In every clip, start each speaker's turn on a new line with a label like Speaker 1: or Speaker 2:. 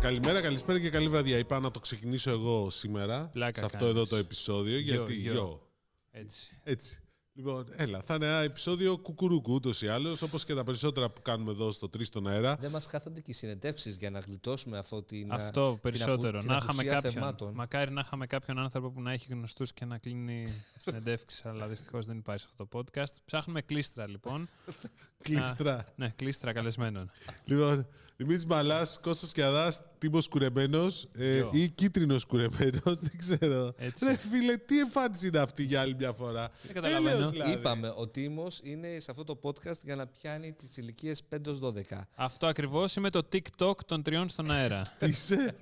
Speaker 1: Καλημέρα, καλησπέρα και καλή βραδιά. Είπα να το ξεκινήσω εγώ σήμερα.
Speaker 2: Πλάκα
Speaker 1: σε αυτό
Speaker 2: κάνεις.
Speaker 1: εδώ το επεισόδιο. γιατί.
Speaker 2: γιο.
Speaker 1: γιο.
Speaker 2: Έτσι.
Speaker 1: Έτσι. Λοιπόν, έλα, θα είναι ένα επεισόδιο κουκουρούκου ούτως ή άλλως, όπως και τα περισσότερα που κάνουμε εδώ στο Τρεις στον Αέρα.
Speaker 3: Δεν μας χάθονται και οι συνεντεύξεις για να γλιτώσουμε αυτό την.
Speaker 2: Αυτό
Speaker 3: την
Speaker 2: περισσότερο.
Speaker 3: απου- την
Speaker 2: να είχαμε
Speaker 3: απουσία
Speaker 2: κάποιον.
Speaker 3: θεμάτων.
Speaker 2: Μακάρι να είχαμε κάποιον άνθρωπο που να έχει γνωστούς και να κλείνει συνεντεύξεις, αλλά δυστυχώς δεν υπάρχει σε αυτό το podcast. Ψάχνουμε κλίστρα λοιπόν.
Speaker 1: Κλειστρά.
Speaker 2: ναι, κλίστρα καλεσμένων.
Speaker 1: Λοιπόν, Δημήτρης Μπαλά, Κώστας Κιαδάς, Τίμος Κουρεμένος ε,
Speaker 2: Γιο.
Speaker 1: ή Κίτρινος Κουρεμένος, δεν ξέρω.
Speaker 2: Έτσι.
Speaker 1: Ρε φίλε, τι εμφάνιση είναι αυτή για άλλη μια φορά.
Speaker 2: Δεν καταλαβαίνω.
Speaker 1: Έλεος, δηλαδή.
Speaker 3: Είπαμε, ο Τίμος είναι σε αυτό το podcast για να πιάνει τις ηλικίες 5-12.
Speaker 2: αυτό ακριβώς είμαι το TikTok των τριών στον αέρα.
Speaker 1: Είσαι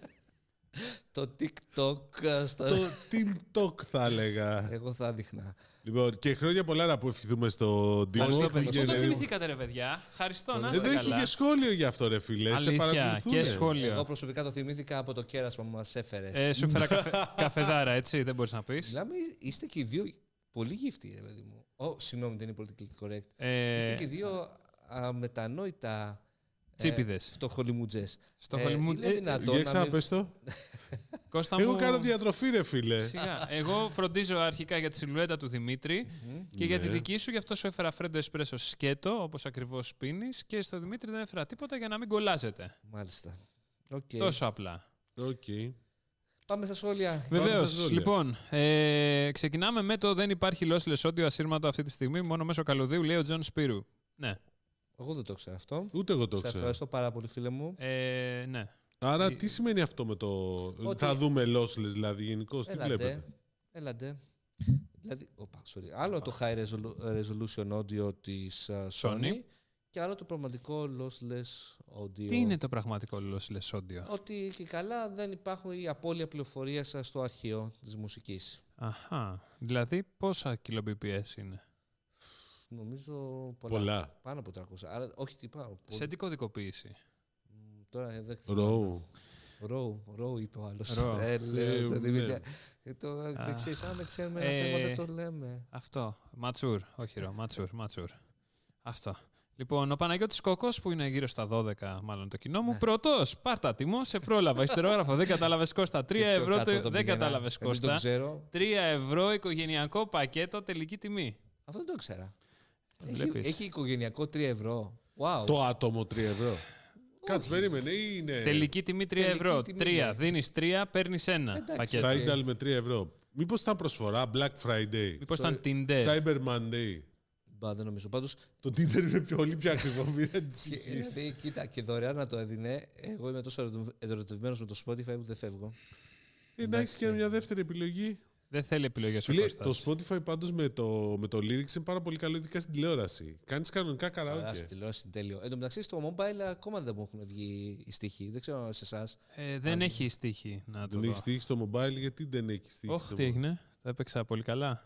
Speaker 3: Το TikTok. ε, στα-
Speaker 1: το Team Talk, θα έλεγα.
Speaker 3: Εγώ θα δείχνα.
Speaker 1: Λοιπόν, και χρόνια πολλά να που ευχηθούμε στον Τίμο.
Speaker 2: Ευχαριστώ,
Speaker 1: Που
Speaker 2: παιδιά. Πού το
Speaker 1: γεννήθηκε-
Speaker 2: θυμηθήκατε, ρε παιδιά. Ευχαριστώ, να
Speaker 1: Εδώ
Speaker 2: είστε
Speaker 1: έχει
Speaker 2: καλά.
Speaker 1: και σχόλιο για αυτό, ρε φίλε. σε
Speaker 2: Αλήθεια,
Speaker 1: παρακολουθούν.
Speaker 2: και σχόλιο.
Speaker 3: Εγώ προσωπικά το θυμήθηκα από το κέρασμα που μας έφερες.
Speaker 2: Ε, σου φέρα καφε- καφεδάρα, έτσι, δεν μπορείς να πεις.
Speaker 3: Μιλάμε, είστε και οι δύο πολύ γύφτοι, ρε παιδί μου. Ω, συγγνώμη, δεν είναι political correct.
Speaker 2: Ε,
Speaker 3: Είστε και οι δύο αμετανόητα. ε,
Speaker 2: Τσίπηδες.
Speaker 3: Φτωχολιμουτζέ.
Speaker 2: Φτωχολιμουτζές.
Speaker 3: Είναι
Speaker 2: Ε,
Speaker 3: δυνατόν.
Speaker 1: Για
Speaker 3: να μην-
Speaker 1: ξαναπες το.
Speaker 2: Κώστα
Speaker 1: Εγώ
Speaker 2: μου-
Speaker 1: κάνω διατροφή, ρε φίλε.
Speaker 2: Σιγά. Εγώ φροντίζω αρχικά για τη σιλουέτα του δημητρη και για τη δική σου, γι' αυτό σου έφερα φρέντο εσπρέσο σκέτο, όπως ακριβώς πίνεις. Και στο Δημήτρη δεν έφερα τίποτα για να μην κολλάζετε.
Speaker 3: Μάλιστα. Οκ.
Speaker 2: Τόσο απλά.
Speaker 1: Οκ.
Speaker 3: Πάμε στα σχόλια.
Speaker 2: Βεβαίω.
Speaker 1: στα σχόλια.
Speaker 2: Λοιπόν, ε, ξεκινάμε με το Δεν υπάρχει λόσιλε όντιο ασύρματο αυτή τη στιγμή, μόνο μέσω καλωδίου, λέει ο Τζον Σπύρου. Ναι.
Speaker 3: Εγώ δεν το ξέρω αυτό.
Speaker 1: Ούτε εγώ το
Speaker 3: Σε
Speaker 1: ξέρω.
Speaker 3: ευχαριστώ πάρα πολύ, φίλε μου.
Speaker 2: Ε, ναι.
Speaker 1: Άρα τι σημαίνει αυτό με το.
Speaker 3: Ότι-
Speaker 1: Θα δούμε lossless δηλαδή γενικώς. Τι βλέπετε.
Speaker 3: Έλατε. Έλατε. Δηλαδή, οπα, sorry. Άλλο το high resolu- resolution audio της uh, Sony,
Speaker 2: Sony.
Speaker 3: και άλλο το πραγματικό lossless audio.
Speaker 2: Τι είναι το πραγματικό λόσιλε όντιο.
Speaker 3: Ότι και καλά δεν υπάρχουν η απώλεια πληροφορίας σας στο αρχείο της μουσικής.
Speaker 2: Αχά. Δηλαδή, πόσα κιλο BPS είναι.
Speaker 3: Νομίζω πολλά.
Speaker 1: Πολλά.
Speaker 3: Πάνω από 300. Άρα, όχι τι πάνω.
Speaker 2: Σε τι κωδικοποίηση.
Speaker 3: Μ, Τώρα ε, δεν ξέρω.
Speaker 1: Ροου.
Speaker 3: Ρο, ρο είπε ο άλλος.
Speaker 2: Ρο.
Speaker 1: Ε, ναι.
Speaker 3: Ε, Δεν ξέρεις, αν δεν ξέρουμε
Speaker 2: Ε,
Speaker 3: ένα θέμα, δεν το λέμε.
Speaker 2: Αυτό. Ματσούρ. Όχι, ρο. Ματσούρ. Ματσούρ. Αυτό. Λοιπόν, ο Παναγιώτης Κόκος, που είναι γύρω στα 12, μάλλον το κοινό
Speaker 3: Ναι.
Speaker 2: μου, πρώτο. Πάρτα τιμό, σε πρόλαβα. Ιστερόγραφο, δεν κατάλαβες Κώστα. 3
Speaker 3: Και πιο
Speaker 2: ευρώ,
Speaker 3: κάτω
Speaker 2: το-
Speaker 3: το
Speaker 2: δεν
Speaker 3: πήγαινα.
Speaker 2: κατάλαβες
Speaker 3: Ε, Δεν το
Speaker 2: Κώστα. 3
Speaker 3: ξέρω.
Speaker 2: ευρώ οικογενειακό πακέτο, τελική τιμή.
Speaker 3: Αυτό δεν το ξέρα. Έχει,
Speaker 2: Βλέπεις.
Speaker 3: έχει οικογενειακό 3 ευρώ. Wow.
Speaker 1: Το άτομο 3 ευρώ. Κάτσε, περίμενε. ή Είναι.
Speaker 2: τελική τιμή 3
Speaker 3: τελική
Speaker 2: ευρώ.
Speaker 3: τιμή,
Speaker 2: 3.
Speaker 3: ναι.
Speaker 2: Δίνεις 3, παίρνεις ένα
Speaker 3: Εντάξει.
Speaker 2: πακέτο.
Speaker 1: Tidal με 3 ευρώ. Μήπως ήταν προσφορά Black Friday.
Speaker 2: Μήπως ήταν Tinder.
Speaker 1: Cyber Monday.
Speaker 3: Μπα, δεν νομίζω. Πάντως.
Speaker 1: Το Tinder είναι πιο πολύ πιο ακριβό. Μην ανησυχείς.
Speaker 3: Δηλαδή, κοίτα, και δωρεάν να το έδινε. Εγώ είμαι τόσο ερωτε- ερωτευμένος με το Spotify που δεν φεύγω.
Speaker 1: Ε, Να έχεις και μια δεύτερη επιλογή.
Speaker 2: Δεν θέλει επιλογές ο
Speaker 1: Φίλε,
Speaker 2: Κώστας.
Speaker 1: το Spotify πάντως με το, με το lyrics είναι πάρα πολύ καλό, ειδικά στην τηλεόραση. Κάνεις κανονικά
Speaker 3: Καλά, στην
Speaker 1: καράοκε.
Speaker 3: τηλεόραση είναι τέλειο. Εν τω μεταξύ, στο mobile ακόμα δεν μου έχουν βγει οι στοίχοι. Δεν ξέρω σε εσάς.
Speaker 2: Ε, Δεν έχει στοίχη να το
Speaker 1: Δεν
Speaker 2: δω.
Speaker 1: έχει τύχη στο mobile, γιατί δεν έχει τύχη.
Speaker 2: Όχι,
Speaker 1: στο
Speaker 2: τι
Speaker 1: mobile.
Speaker 2: έγινε. Το έπαιξα πολύ καλά.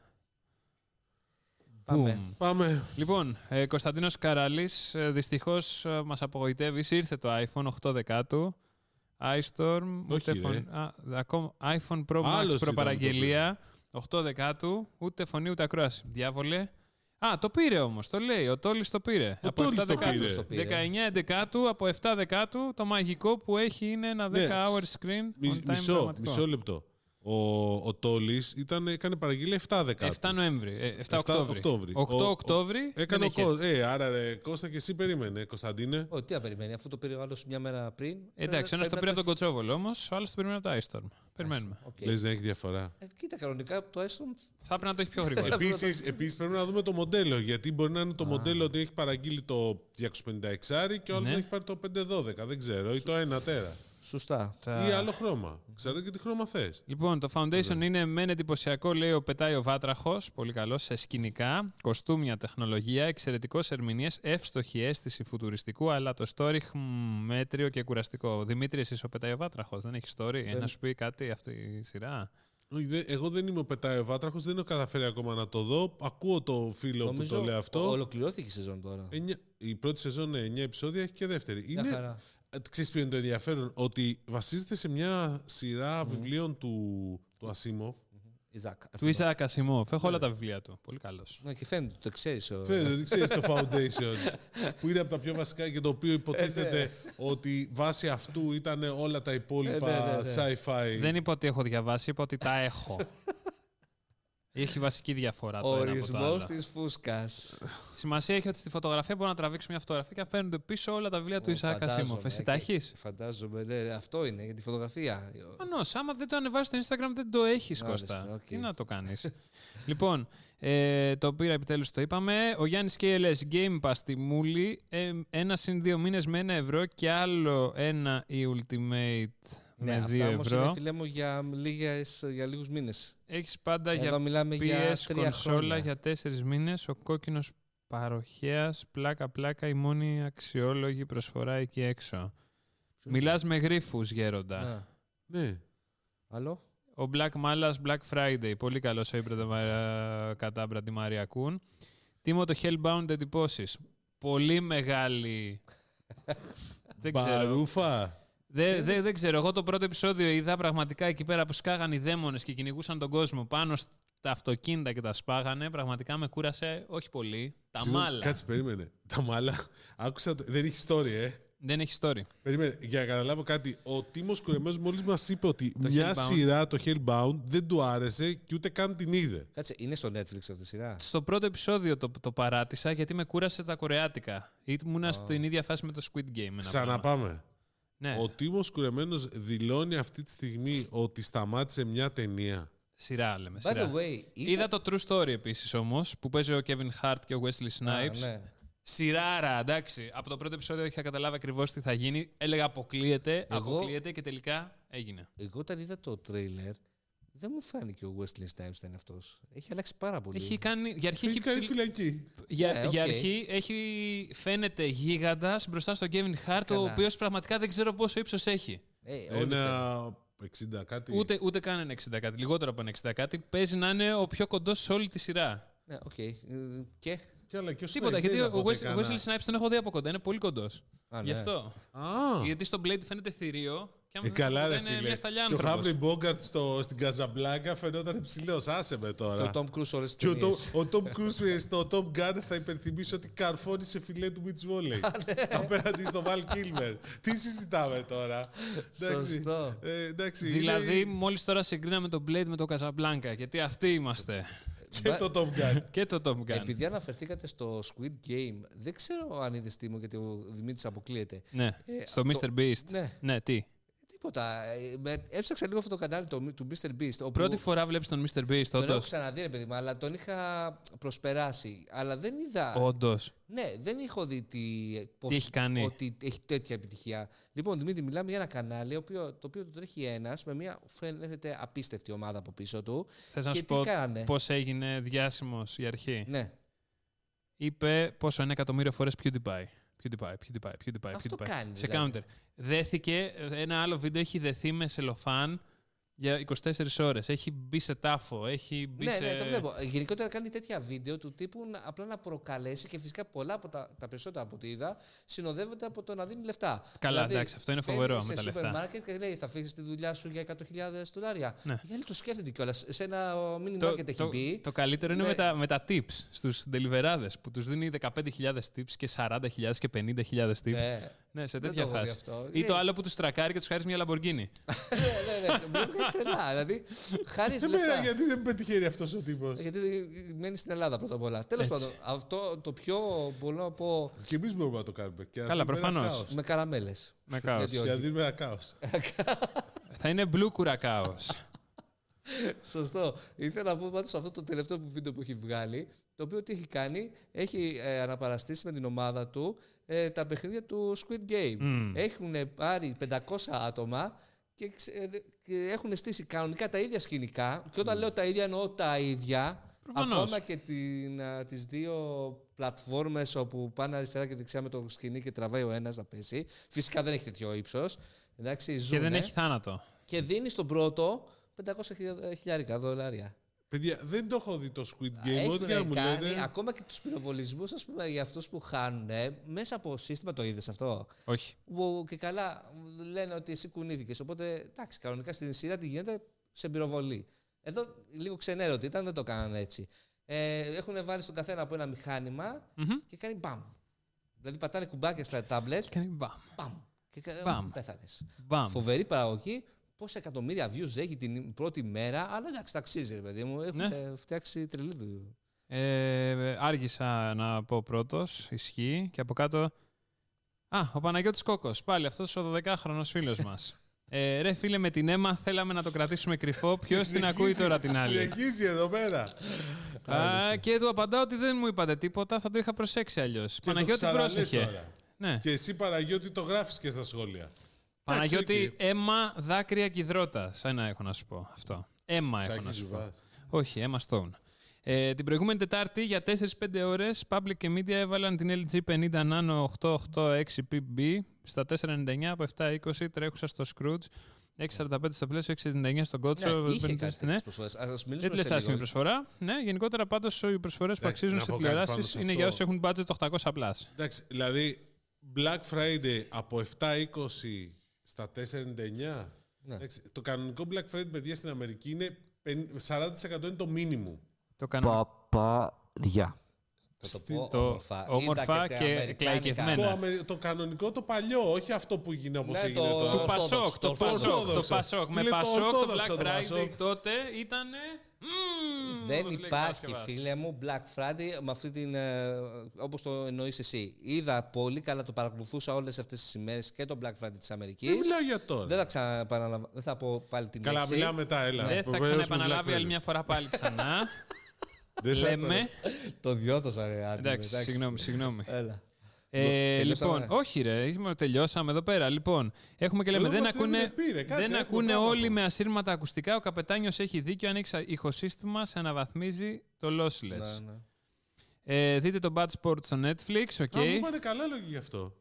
Speaker 3: Πάμε.
Speaker 2: Boom.
Speaker 1: Πάμε.
Speaker 2: Λοιπόν, ε, Κωνσταντίνος Καραλής, ε, δυστυχώς μας απογοητεύει. Ήρθε το iPhone 8 δεκάτου. iStorm,
Speaker 1: Όχι,
Speaker 2: ούτε
Speaker 1: ρε.
Speaker 2: φωνή. Α, ακόμα iPhone Pro Max
Speaker 1: Άλλος
Speaker 2: προπαραγγελία. 8 δεκάτου, ούτε φωνή ούτε ακρόαση. Διάβολε. Α, το πήρε όμως, το λέει. Ο Τόλη το πήρε.
Speaker 1: Ο Τόλης το πήρε.
Speaker 3: Το πήρε.
Speaker 2: 19 δεκάτου από 7 δεκάτου. Το μαγικό που έχει είναι ένα 10
Speaker 1: Ναι.
Speaker 2: hour screen.
Speaker 1: Μι-
Speaker 2: on time
Speaker 1: μισό,
Speaker 2: πραγματικό.
Speaker 1: μισό λεπτό. Ο, ο Τόλης έκανε παραγγελία 7 δεκάτου.
Speaker 2: 7 Νοέμβρη. ε, 7
Speaker 1: 7
Speaker 2: Οκτώβρη. 8
Speaker 1: Ο- ο-
Speaker 2: Οκτώβρη.
Speaker 1: Έκανε ο
Speaker 2: δεν είχε.
Speaker 1: Κώστα. Ε, άρα ρε, Κώστα και εσύ περίμενε, Κωνσταντίνε.
Speaker 3: Ω, τι να περιμένει, αφού το πήρε ο άλλος μια μέρα πριν.
Speaker 2: Εντάξει, ένας το πήρε από τον Κοτσόβολο όμως, ο άλλος το πήρε από το Άιστορμ. Περιμένουμε.
Speaker 3: Οκ.
Speaker 1: Λες Λε να έχει διαφορά.
Speaker 3: Ε, Κοίτα, κανονικά το iPhone
Speaker 2: Θα πρέπει να το έχει πιο γρήγορα.
Speaker 1: Επίση, επίσης πρέπει να δούμε το μοντέλο. Γιατί μπορεί να είναι το μοντέλο ότι έχει παραγγείλει το 256 και ο άλλος
Speaker 2: Ναι.
Speaker 1: να έχει πάρει το 512. Δεν ξέρω, ή το 1 τέρα.
Speaker 3: Σωστά.
Speaker 2: Τα-
Speaker 1: Ή άλλο χρώμα. Ξέρω και τι χρώμα θες.
Speaker 2: Λοιπόν, το Foundation είναι μεν εντυπωσιακό, λέει ο Πετάει ο Βάτραχος. Πολύ καλός. Σε σκηνικά, κοστούμια, τεχνολογία, εξαιρετικός ερμηνείες, εύστοχη αίσθηση φουτουριστικού, αλλά το story χμ, μέτριο και κουραστικό. Δημήτρη, εσύ ο Πετάει ο Βάτραχος. Δεν έχει story. Ε, να σου πει κάτι αυτή η σειρά.
Speaker 1: Εγώ δεν είμαι ο Πετάιο Βάτραχος, δεν έχω καταφέρει ακόμα να το δω. Ακούω το φίλο που το λέει αυτό.
Speaker 3: ολοκληρώθηκε η σεζόν τώρα.
Speaker 1: Εννιά- η πρώτη σεζόν είναι 9 επεισόδια, έχει και δεύτερη.
Speaker 3: Μια
Speaker 1: Είναι,
Speaker 3: χαρά.
Speaker 1: Ε, ξέρεις ποιο είναι το
Speaker 3: Ναι.
Speaker 1: ενδιαφέρον, ότι βασίζεται σε μια σειρά βιβλίων του, του ασιμοφ
Speaker 3: Ισακ.
Speaker 2: Του Ισακ Ασιμόφ. Έχω όλα τα βιβλία του. Πολύ καλός.
Speaker 3: Ναι, και φαίνεται, το ξέρεις. Ο...
Speaker 1: Φαίνεται, δεν ξέρεις το Foundation. που είναι από τα πιο βασικά και το οποίο
Speaker 3: Ε,
Speaker 1: υποτίθεται ότι βάσει αυτού ήταν όλα τα
Speaker 3: Ε,
Speaker 1: υπόλοιπα
Speaker 3: ναι, ναι, ναι.
Speaker 1: sci-fi.
Speaker 2: Δεν είπα ότι έχω διαβάσει, είπα ότι τα έχω. έχει βασική διαφορά
Speaker 3: Ο
Speaker 2: το ένα από το
Speaker 3: ορισμός
Speaker 2: άλλο.
Speaker 3: της φούσκας.
Speaker 2: Σημασία έχει ότι στη φωτογραφία μπορώ να τραβήξω μια φωτογραφία και παίρνονται πίσω όλα τα βιβλία του Ισακ Ασίμοφ. Εσύ τα έχεις.
Speaker 3: Φαντάζομαι, ναι, ρε, αυτό είναι για τη φωτογραφία. Ναι,
Speaker 2: Προφανώ. Άμα δεν το ανεβάζει στο Instagram, δεν το έχεις,
Speaker 3: Μάλιστα,
Speaker 2: Κώστα.
Speaker 3: οκ.
Speaker 2: Τι να το κάνεις. λοιπόν, ε, το πήρα επιτέλους, το είπαμε. Ο Γιάννης KLS Game Pass στη Μούλη. Ε, ένα συν δύο μήνες με ένα ευρώ και άλλο ένα η Ultimate
Speaker 3: Ναι,
Speaker 2: με
Speaker 3: αυτά
Speaker 2: δύο
Speaker 3: όμως είναι,
Speaker 2: ευρώ.
Speaker 3: φίλε μου, για, λίγες, για λίγους μήνες.
Speaker 2: Έχεις πάντα
Speaker 3: Εδώ μιλάμε
Speaker 2: Ε, για
Speaker 3: για
Speaker 2: PS
Speaker 3: τρία
Speaker 2: κονσόλα
Speaker 3: χρόνια.
Speaker 2: για τέσσερις μήνες. Ο κόκκινος παροχέας, πλάκα-πλάκα, η μόνη αξιόλογη προσφορά εκεί έξω. Μιλάς με γρήφου, γέροντα.
Speaker 3: Ναι.
Speaker 1: Ναι.
Speaker 3: Άλλο.
Speaker 2: Ο Black Malas Black Friday. Πολύ ε, καλός ο Ήπρα κατάμπρα τη Μαρία Κούν. Τίμω το Hellbound εντυπώσεις. Πολύ μεγάλη. δεν ξέρω.
Speaker 1: Μπαρούφα.
Speaker 2: Δεν, δεν, δεν ξέρω. Εγώ το πρώτο επεισόδιο είδα πραγματικά εκεί πέρα που σκάγαν οι δαίμονες και κυνηγούσαν τον κόσμο πάνω στα αυτοκίνητα και τα σπάγανε. Πραγματικά με κούρασε όχι πολύ. Τα
Speaker 1: Συγγνώμη,
Speaker 2: μάλα.
Speaker 1: Κάτσε, περίμενε. Τα μάλα. Άκουσα. το- Δεν έχει story, ε.
Speaker 2: Δεν έχει story.
Speaker 1: Περίμενε, για να καταλάβω κάτι. Ο Τίμος Κουρεμέος μόλις μας είπε ότι
Speaker 2: Το
Speaker 1: μια
Speaker 2: Hellbound.
Speaker 1: σειρά, το Hellbound, δεν του άρεσε και ούτε καν την είδε.
Speaker 3: Κάτσε, είναι στο Netflix αυτή η σειρά.
Speaker 2: Στο πρώτο επεισόδιο το, το παράτησα γιατί με κούρασε τα κορεάτικα. Ήμουνα στην ίδια φάση με το Squid Game. ένα πράγμα.
Speaker 1: Ξαναπάμε.
Speaker 2: Ναι.
Speaker 1: Ο Τίμος Κουρεμένος δηλώνει αυτή τη στιγμή ότι σταμάτησε μια ταινία.
Speaker 2: Σειρά λέμε.
Speaker 3: By
Speaker 2: σειρά.
Speaker 3: the way,
Speaker 2: Είδα το True Story επίσης όμως, που παίζει ο Kevin Hart και ο Wesley
Speaker 3: Α,
Speaker 2: Snipes.
Speaker 3: ναι.
Speaker 2: Σειράρα, εντάξει. Από το πρώτο επεισόδιο είχα καταλάβει ακριβώς τι θα γίνει. Έλεγα αποκλείεται,
Speaker 3: Εγώ-
Speaker 2: αποκλείεται και τελικά έγινε.
Speaker 3: Εγώ όταν είδα το τρέιλερ, δεν μου φάνηκε ο Wesley Snipes να είναι αυτός. Έχει αλλάξει πάρα πολύ.
Speaker 2: Έχει κάνει. Για αρχή,
Speaker 1: Έχει
Speaker 2: έχει
Speaker 1: κάνει
Speaker 2: ψηλ-
Speaker 1: φυλακή.
Speaker 2: για,
Speaker 3: Ναι,
Speaker 2: για
Speaker 3: οκ.
Speaker 2: αρχή έχει... φαίνεται γίγαντας μπροστά στον Kevin Hart, ο
Speaker 3: Καλά.
Speaker 2: οποίος πραγματικά δεν ξέρω πόσο ύψος έχει.
Speaker 3: Ε, όλοι θέλουν.
Speaker 1: Ένα 60 κάτι.
Speaker 2: Ούτε, ούτε καν ένα 60 κάτι, λιγότερο από ένα 60 κάτι. Παίζει να είναι ο πιο κοντός σε όλη τη σειρά.
Speaker 3: Ναι, οκ. Ε, Και.
Speaker 1: Και άλλα, και ο
Speaker 2: Τίποτα,
Speaker 1: Snipes
Speaker 2: γιατί
Speaker 1: δεν
Speaker 2: ο
Speaker 1: ήταν
Speaker 2: Wes-
Speaker 1: ποτέ
Speaker 2: ο Wesley
Speaker 1: κανένα.
Speaker 2: Snipes τον έχω δει από κοντά, είναι πολύ κοντός.
Speaker 3: Α,
Speaker 2: Γι'
Speaker 3: ναι.
Speaker 2: αυτό.
Speaker 1: Α,
Speaker 2: Γιατί στο Blade φαίνεται θηρίο. Και άμα
Speaker 1: ε,
Speaker 2: δεις
Speaker 1: καλά
Speaker 2: το
Speaker 1: ρε
Speaker 2: κοντά είναι
Speaker 1: φίλε.
Speaker 2: Μια σταλιά
Speaker 1: Και ο
Speaker 2: άνθρωπος.
Speaker 1: Χάβρι Μπόγκαρτ στην Καζαμπλάκα φαινόταν ψηλός. Άσε με
Speaker 3: Και
Speaker 1: τώρα.
Speaker 3: ο Tom Cruise όλες τις
Speaker 1: Και ο Τόμ, ο Τόμ Κρούζ στο Top Gun θα υπενθυμίσω ότι καρφώνει σε φιλέ του Beach Volley.
Speaker 2: ναι.
Speaker 1: απέναντι στο Val Kilmer. Τι συζητάμε τώρα. Εντάξει.
Speaker 3: Σωστό.
Speaker 1: Ε, εντάξει,
Speaker 2: Δηλαδή,
Speaker 1: είναι
Speaker 2: μόλις τώρα συγκρίναμε τον Blade με τον Casablanca, γιατί αυτοί είμαστε.
Speaker 1: και το Top Gun.
Speaker 2: Και το Top Gun.
Speaker 3: Επειδή αναφερθήκατε στο Squid Game, δεν ξέρω αν είδες τι μου, γιατί ο Δημήτρης αποκλείεται.
Speaker 2: Ναι,
Speaker 3: Ε,
Speaker 2: στο
Speaker 3: αυτό-
Speaker 2: Mr. Beast.
Speaker 3: Ναι.
Speaker 2: Ναι, τι.
Speaker 3: Τίποτα. Ε, με- Έψαξα λίγο αυτό το κανάλι το- του Mr. Beast. Όπου
Speaker 2: Πρώτη φορά βλέπεις τον Mr. Beast,
Speaker 3: τον έχω
Speaker 2: όντως.
Speaker 3: ξαναδεί, ρε παιδί μου, αλλά τον είχα προσπεράσει. Αλλά δεν είδα.
Speaker 2: Όντως.
Speaker 3: Ναι, δεν έχω δει τι, πώς,
Speaker 2: έχει κάνει.
Speaker 3: ότι έχει τέτοια επιτυχία. Λοιπόν, Δημήτρη, μιλάμε για ένα κανάλι οποίο- το οποίο το τρέχει ένας με μια φαίνεται απίστευτη ομάδα από πίσω του.
Speaker 2: Θες να
Speaker 3: και
Speaker 2: σου
Speaker 3: τι
Speaker 2: πω
Speaker 3: κάνανε.
Speaker 2: πώς έγινε διάσημος η αρχή.
Speaker 3: Ναι,
Speaker 2: Είπε πόσο ένα εκατομμύριο φορές PewDiePie. PewDiePie, PewDiePie, PewDiePie,
Speaker 3: Αυτό
Speaker 2: PewDiePie.
Speaker 3: κάνει,
Speaker 2: σε
Speaker 3: δηλαδή.
Speaker 2: counter. Δέθηκε, ένα άλλο βίντεο έχει δεθεί με σελοφάν για 24 ώρες. Έχει μπει σε τάφο, έχει μπει
Speaker 3: ναι,
Speaker 2: σε.
Speaker 3: ναι, το βλέπω. Γενικότερα κάνει τέτοια βίντεο του τύπου να- απλά να προκαλέσει και φυσικά πολλά από τα, τα περισσότερα από ό,τι είδα συνοδεύονται από το να δίνει λεφτά.
Speaker 2: Καλά, εντάξει, αυτό είναι
Speaker 3: μπαίνει
Speaker 2: φοβερό
Speaker 3: Δηλαδή, σε
Speaker 2: με τα
Speaker 3: σούπερ
Speaker 2: λεφτά.
Speaker 3: μάρκετ και λέει θα αφήσεις τη δουλειά σου για 100.000 δολάρια.
Speaker 2: Ναι.
Speaker 3: Οι άλλοι το σκέφτονται κιόλας. Σε ένα mini
Speaker 2: Το,
Speaker 3: market έχει
Speaker 2: το,
Speaker 3: μπει.
Speaker 2: το καλύτερο είναι
Speaker 3: Ναι.
Speaker 2: με, τα, με τα tips στους deliverades που τους δίνει 15.000 tips και 40.000 και 50.000 tips. Ναι,
Speaker 3: Ναι.
Speaker 2: σε
Speaker 3: Δεν
Speaker 2: τέτοια
Speaker 3: το έχω δει
Speaker 2: φάση.
Speaker 3: αυτό.
Speaker 2: Ή το
Speaker 3: Ε.
Speaker 2: άλλο που τους τρακάρει και τους χάρει μια Lamborghini.
Speaker 3: ναι, ναι, ναι. Μου κάνει τρελά. Δηλαδή, χάρη
Speaker 2: Ε, ναι,
Speaker 1: Εμένα,
Speaker 3: λεφτά.
Speaker 1: γιατί δεν με πετυχαίνει αυτός ο τύπος.
Speaker 3: Γιατί μένει στην Ελλάδα πρώτα απ' όλα. Τέλος
Speaker 2: Έτσι.
Speaker 3: πάντων, αυτό το πιο μπορώ να πω
Speaker 1: Και εμείς μπορούμε να το κάνουμε. Και να
Speaker 2: Καλά,
Speaker 1: δίνουμε ένα
Speaker 2: προφανώς.
Speaker 1: κάος.
Speaker 3: με καραμέλες.
Speaker 2: Με κάος.
Speaker 3: Γιατί
Speaker 1: Και να
Speaker 3: όχι.
Speaker 1: δίνουμε ένα κάος.
Speaker 2: Θα είναι blue κουρακάος.
Speaker 3: Σωστό. Ήθελα να πω πάντως αυτό το τελευταίο που βίντεο που έχει βγάλει, το οποίο τι έχει κάνει, έχει ε, αναπαραστήσει με την ομάδα του ε, τα παιχνίδια του Squid Game. Έχουν πάρει 500 άτομα και, ξε- ε, και έχουν στήσει κανονικά τα ίδια σκηνικά. Και όταν λέω τα ίδια, εννοώ τα ίδια.
Speaker 2: Προφανώς.
Speaker 3: Ακόμα και την, α, τις δύο πλατφόρμες όπου πάνε αριστερά και δεξιά με το σκηνή και τραβάει ο ένας να πέσει. Φυσικά δεν έχει τέτοιο ύψος. Εντάξει,
Speaker 2: και δεν
Speaker 3: ζουνε.
Speaker 2: έχει θάνατο.
Speaker 3: Και δίνει στον πρώτο 500 χιλιάρικα δολάρια.
Speaker 1: Παιδιά, δεν το έχω δει το Squid Game. Ό,τι
Speaker 3: Έχουν
Speaker 1: και να μου
Speaker 3: κάνει
Speaker 1: λέτε.
Speaker 3: ακόμα και τους πυροβολισμούς, ας πούμε, για αυτούς που χάνουν μέσα από σύστημα. Το είδες αυτό.
Speaker 2: Όχι.
Speaker 3: Που και καλά λένε ότι εσύ κουνήθηκες. Οπότε εντάξει, κανονικά στην σειρά τι γίνεται, σε πυροβολεί. Εδώ λίγο ξενέρωτη ήταν, δεν το κάνανε έτσι. Ε, έχουν βάλει στον καθένα από ένα μηχάνημα
Speaker 2: Μμμ.
Speaker 3: και κάνει μπαμ. Δηλαδή πατάνε κουμπάκια στα τάμπλετ,
Speaker 2: Και κάνει μπαμ.
Speaker 3: μπαμ. Και
Speaker 2: Μπαμ.
Speaker 3: πέθανες.
Speaker 2: Μπαμ.
Speaker 3: Φοβερή παραγωγή. Πόσα εκατομμύρια views έχει την πρώτη μέρα, αλλά εντάξει, ταξίζει, ρε παιδί μου. Έχουν
Speaker 2: Ναι.
Speaker 3: ε, φτιάξει τρελή δουλειά.
Speaker 2: Ε, άργησα να πω πρώτος. Ισχύει. Και από κάτω. Α, ο Παναγιώτης Κόκος. Πάλι αυτός ο 12χρονος φίλος μας. Ε, ρε φίλε, με την αίμα θέλαμε να το κρατήσουμε κρυφό. Ποιος την ακούει τώρα την άλλη.
Speaker 1: Συνεχίζει εδώ πέρα.
Speaker 2: Α, και του απαντάω ότι δεν μου είπατε τίποτα, θα το είχα προσέξει αλλιώς.
Speaker 1: Και το
Speaker 2: Παναγιώτη,
Speaker 1: ξαναλες
Speaker 2: πρόσεχε.
Speaker 1: τώρα.
Speaker 2: Ναι.
Speaker 1: Και εσύ Παναγιώτη το γράφεις και στα σχόλια.
Speaker 2: Παναγιώτη,
Speaker 1: εκεί.
Speaker 2: αίμα, δάκρυα και υδρότα. Σαν να έχω να σου πω αυτό. Αίμα έχω
Speaker 1: Σάκης
Speaker 2: να σου πω.
Speaker 1: Ζουβάς.
Speaker 2: Όχι, Emma Stone. Ε, την προηγούμενη Τετάρτη για 4-5 ώρες public και media έβαλαν την LG 50 Nano 886 PB στα 499 από 720 τρέχουσα στο Scrooge. 645 στο πλαίσιο, 699 στον κότσο.
Speaker 3: Ναι,
Speaker 2: 50
Speaker 3: είχε κάτι
Speaker 2: ναι.
Speaker 3: τέτοιες προσφορές. Ας μιλήσουμε
Speaker 2: Δεν λε
Speaker 3: σε
Speaker 2: άσχημη
Speaker 3: λίγο.
Speaker 2: προσφορά. Ναι, γενικότερα πάντως οι προσφορές που
Speaker 1: Ναι,
Speaker 2: αξίζουν
Speaker 1: να
Speaker 2: σε
Speaker 1: πω κάτι πάνω
Speaker 2: τηλεοράσει
Speaker 1: σε
Speaker 2: είναι
Speaker 1: αυτό.
Speaker 2: για όσους έχουν budget 800 plus.
Speaker 1: Εντάξει, δηλαδή Black Friday από 7.20 στα 4.99.
Speaker 3: Ναι.
Speaker 1: Εντάξει, το κανονικό Black Friday, παιδιά, στην Αμερική είναι 50 40% είναι το μήνυμο.
Speaker 2: Το κάνω.
Speaker 4: Παπαριά.
Speaker 3: Θα το
Speaker 1: Στην-
Speaker 3: πω
Speaker 2: το
Speaker 3: όμορφα.
Speaker 2: όμορφα
Speaker 3: Είδα
Speaker 2: και
Speaker 3: τα αμερικάνικα.
Speaker 2: κλαϊκευμένα.
Speaker 1: Το,
Speaker 2: Ένα.
Speaker 1: αμε- το κανονικό, το παλιό, όχι αυτό που έγινε όπως
Speaker 3: Ναι,
Speaker 1: έγινε
Speaker 3: το-
Speaker 1: τώρα.
Speaker 2: Του
Speaker 3: Ορθόδοξο,
Speaker 2: Πασόκ, το
Speaker 3: το
Speaker 2: Πασόκ, το
Speaker 1: ορθόδοξο.
Speaker 2: Πασόκ. Με
Speaker 1: Φίλε, το
Speaker 2: Πασόκ το
Speaker 1: ορθόδοξο
Speaker 2: Black
Speaker 1: το
Speaker 2: Friday
Speaker 1: Πασόκ.
Speaker 2: τότε ήταν. «Μμμ»,
Speaker 3: Δεν
Speaker 2: όπως λέει
Speaker 3: υπάρχει,
Speaker 2: Παρασκευάς.
Speaker 3: φίλε μου, Black Friday με αυτή την. Ε, Όπως το εννοείς εσύ. Είδα πολύ καλά, το παρακολουθούσα όλες αυτές τις ημέρες και το Black Friday της Αμερικής.
Speaker 1: Δεν μιλάω για
Speaker 3: Δεν
Speaker 1: τώρα.
Speaker 3: θα ξαναεπαναλαβα- Δεν θα πω πάλι την
Speaker 1: Καλά,
Speaker 3: λέξη.
Speaker 1: μιλάμε μετά, έλα.
Speaker 2: Δεν Ναι, θα
Speaker 1: Προβέρουμε Black
Speaker 2: ξαναεπαναλάβει
Speaker 1: Friday.
Speaker 2: άλλη μια φορά πάλι ξανά.
Speaker 1: Δεν θα
Speaker 2: Λέμε.
Speaker 1: επαναλάβει.
Speaker 3: Το διόδωσα, ρε άντρε,
Speaker 2: Εντάξει, συγγνώμη, συγγνώμη.
Speaker 3: Έλα.
Speaker 2: Ε,
Speaker 3: τελειώσαμε.
Speaker 2: λοιπόν, όχι ρε, έχουμε- τελειώσαμε εδώ πέρα. Λοιπόν, έχουμε και λέμε,
Speaker 1: Εδώ
Speaker 2: δεν
Speaker 1: μας δίνουν
Speaker 2: ακούνε,
Speaker 1: πύρε, κάτσε,
Speaker 2: δεν
Speaker 1: έχουμε
Speaker 2: ακούνε
Speaker 1: πράγμα
Speaker 2: όλοι
Speaker 1: ακόμα.
Speaker 2: με ασύρματα ακουστικά. Ο καπετάνιος έχει δίκιο, αν έχεις ηχοσύστημα, σε αναβαθμίζει το lossless.
Speaker 3: Ναι, ναι.
Speaker 2: Ε, δείτε το Bad Sport στο Netflix, οκ.
Speaker 1: Α, μου είπανε καλά λόγια γι' αυτό.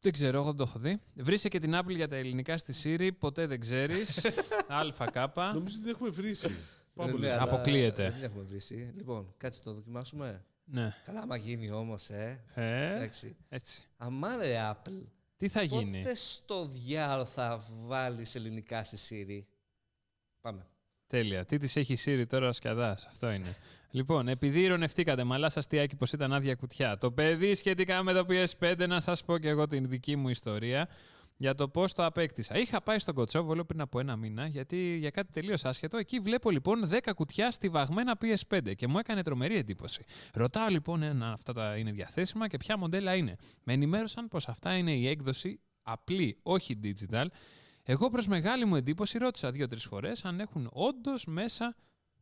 Speaker 2: Δεν ξέρω, εγώ δεν το έχω δει. Βρίσε και την Apple για τα ελληνικά στη Siri, ποτέ δεν ξέρεις. Αλφα κάπα.
Speaker 1: Νομίζω ότι την έχουμε βρήσει. Πάμε
Speaker 3: Ναι,
Speaker 1: λίγο.
Speaker 3: αλλά
Speaker 2: Αποκλείεται.
Speaker 3: Δεν έχουμε βρει. Λοιπόν, κάτσε το δοκιμάσουμε.
Speaker 2: Ναι.
Speaker 3: Καλά, άμα γίνει όμως, ε.
Speaker 2: Ε,
Speaker 3: Εντάξει.
Speaker 2: έτσι.
Speaker 3: Αμά ρε Apple.
Speaker 2: Τι θα γίνει.
Speaker 3: Πότε στο διάλογο θα βάλεις ελληνικά στη Siri. Πάμε.
Speaker 2: Τέλεια. Τι της έχει η Siri τώρα ο σκιαδάς. Αυτό είναι. Λοιπόν, επειδή ηρωνευτήκατε μαλά σας τιάκι πως ήταν άδεια κουτιά. Το παιδί σχετικά με το PS5, να σας πω και εγώ την δική μου ιστορία για το πώς το απέκτησα. Είχα πάει στον Κοτσόβολο πριν από ένα μήνα, γιατί για κάτι τελείως άσχετο. Εκεί βλέπω λοιπόν 10 κουτιά στιβαγμένα PS5 και μου έκανε τρομερή εντύπωση. Ρωτάω λοιπόν ένα, αυτά τα είναι διαθέσιμα και ποια μοντέλα είναι. Με ενημέρωσαν πως αυτά είναι η έκδοση απλή, όχι digital. Εγώ προς μεγάλη μου εντύπωση ρώτησα δύο-τρει φορές αν έχουν όντως μέσα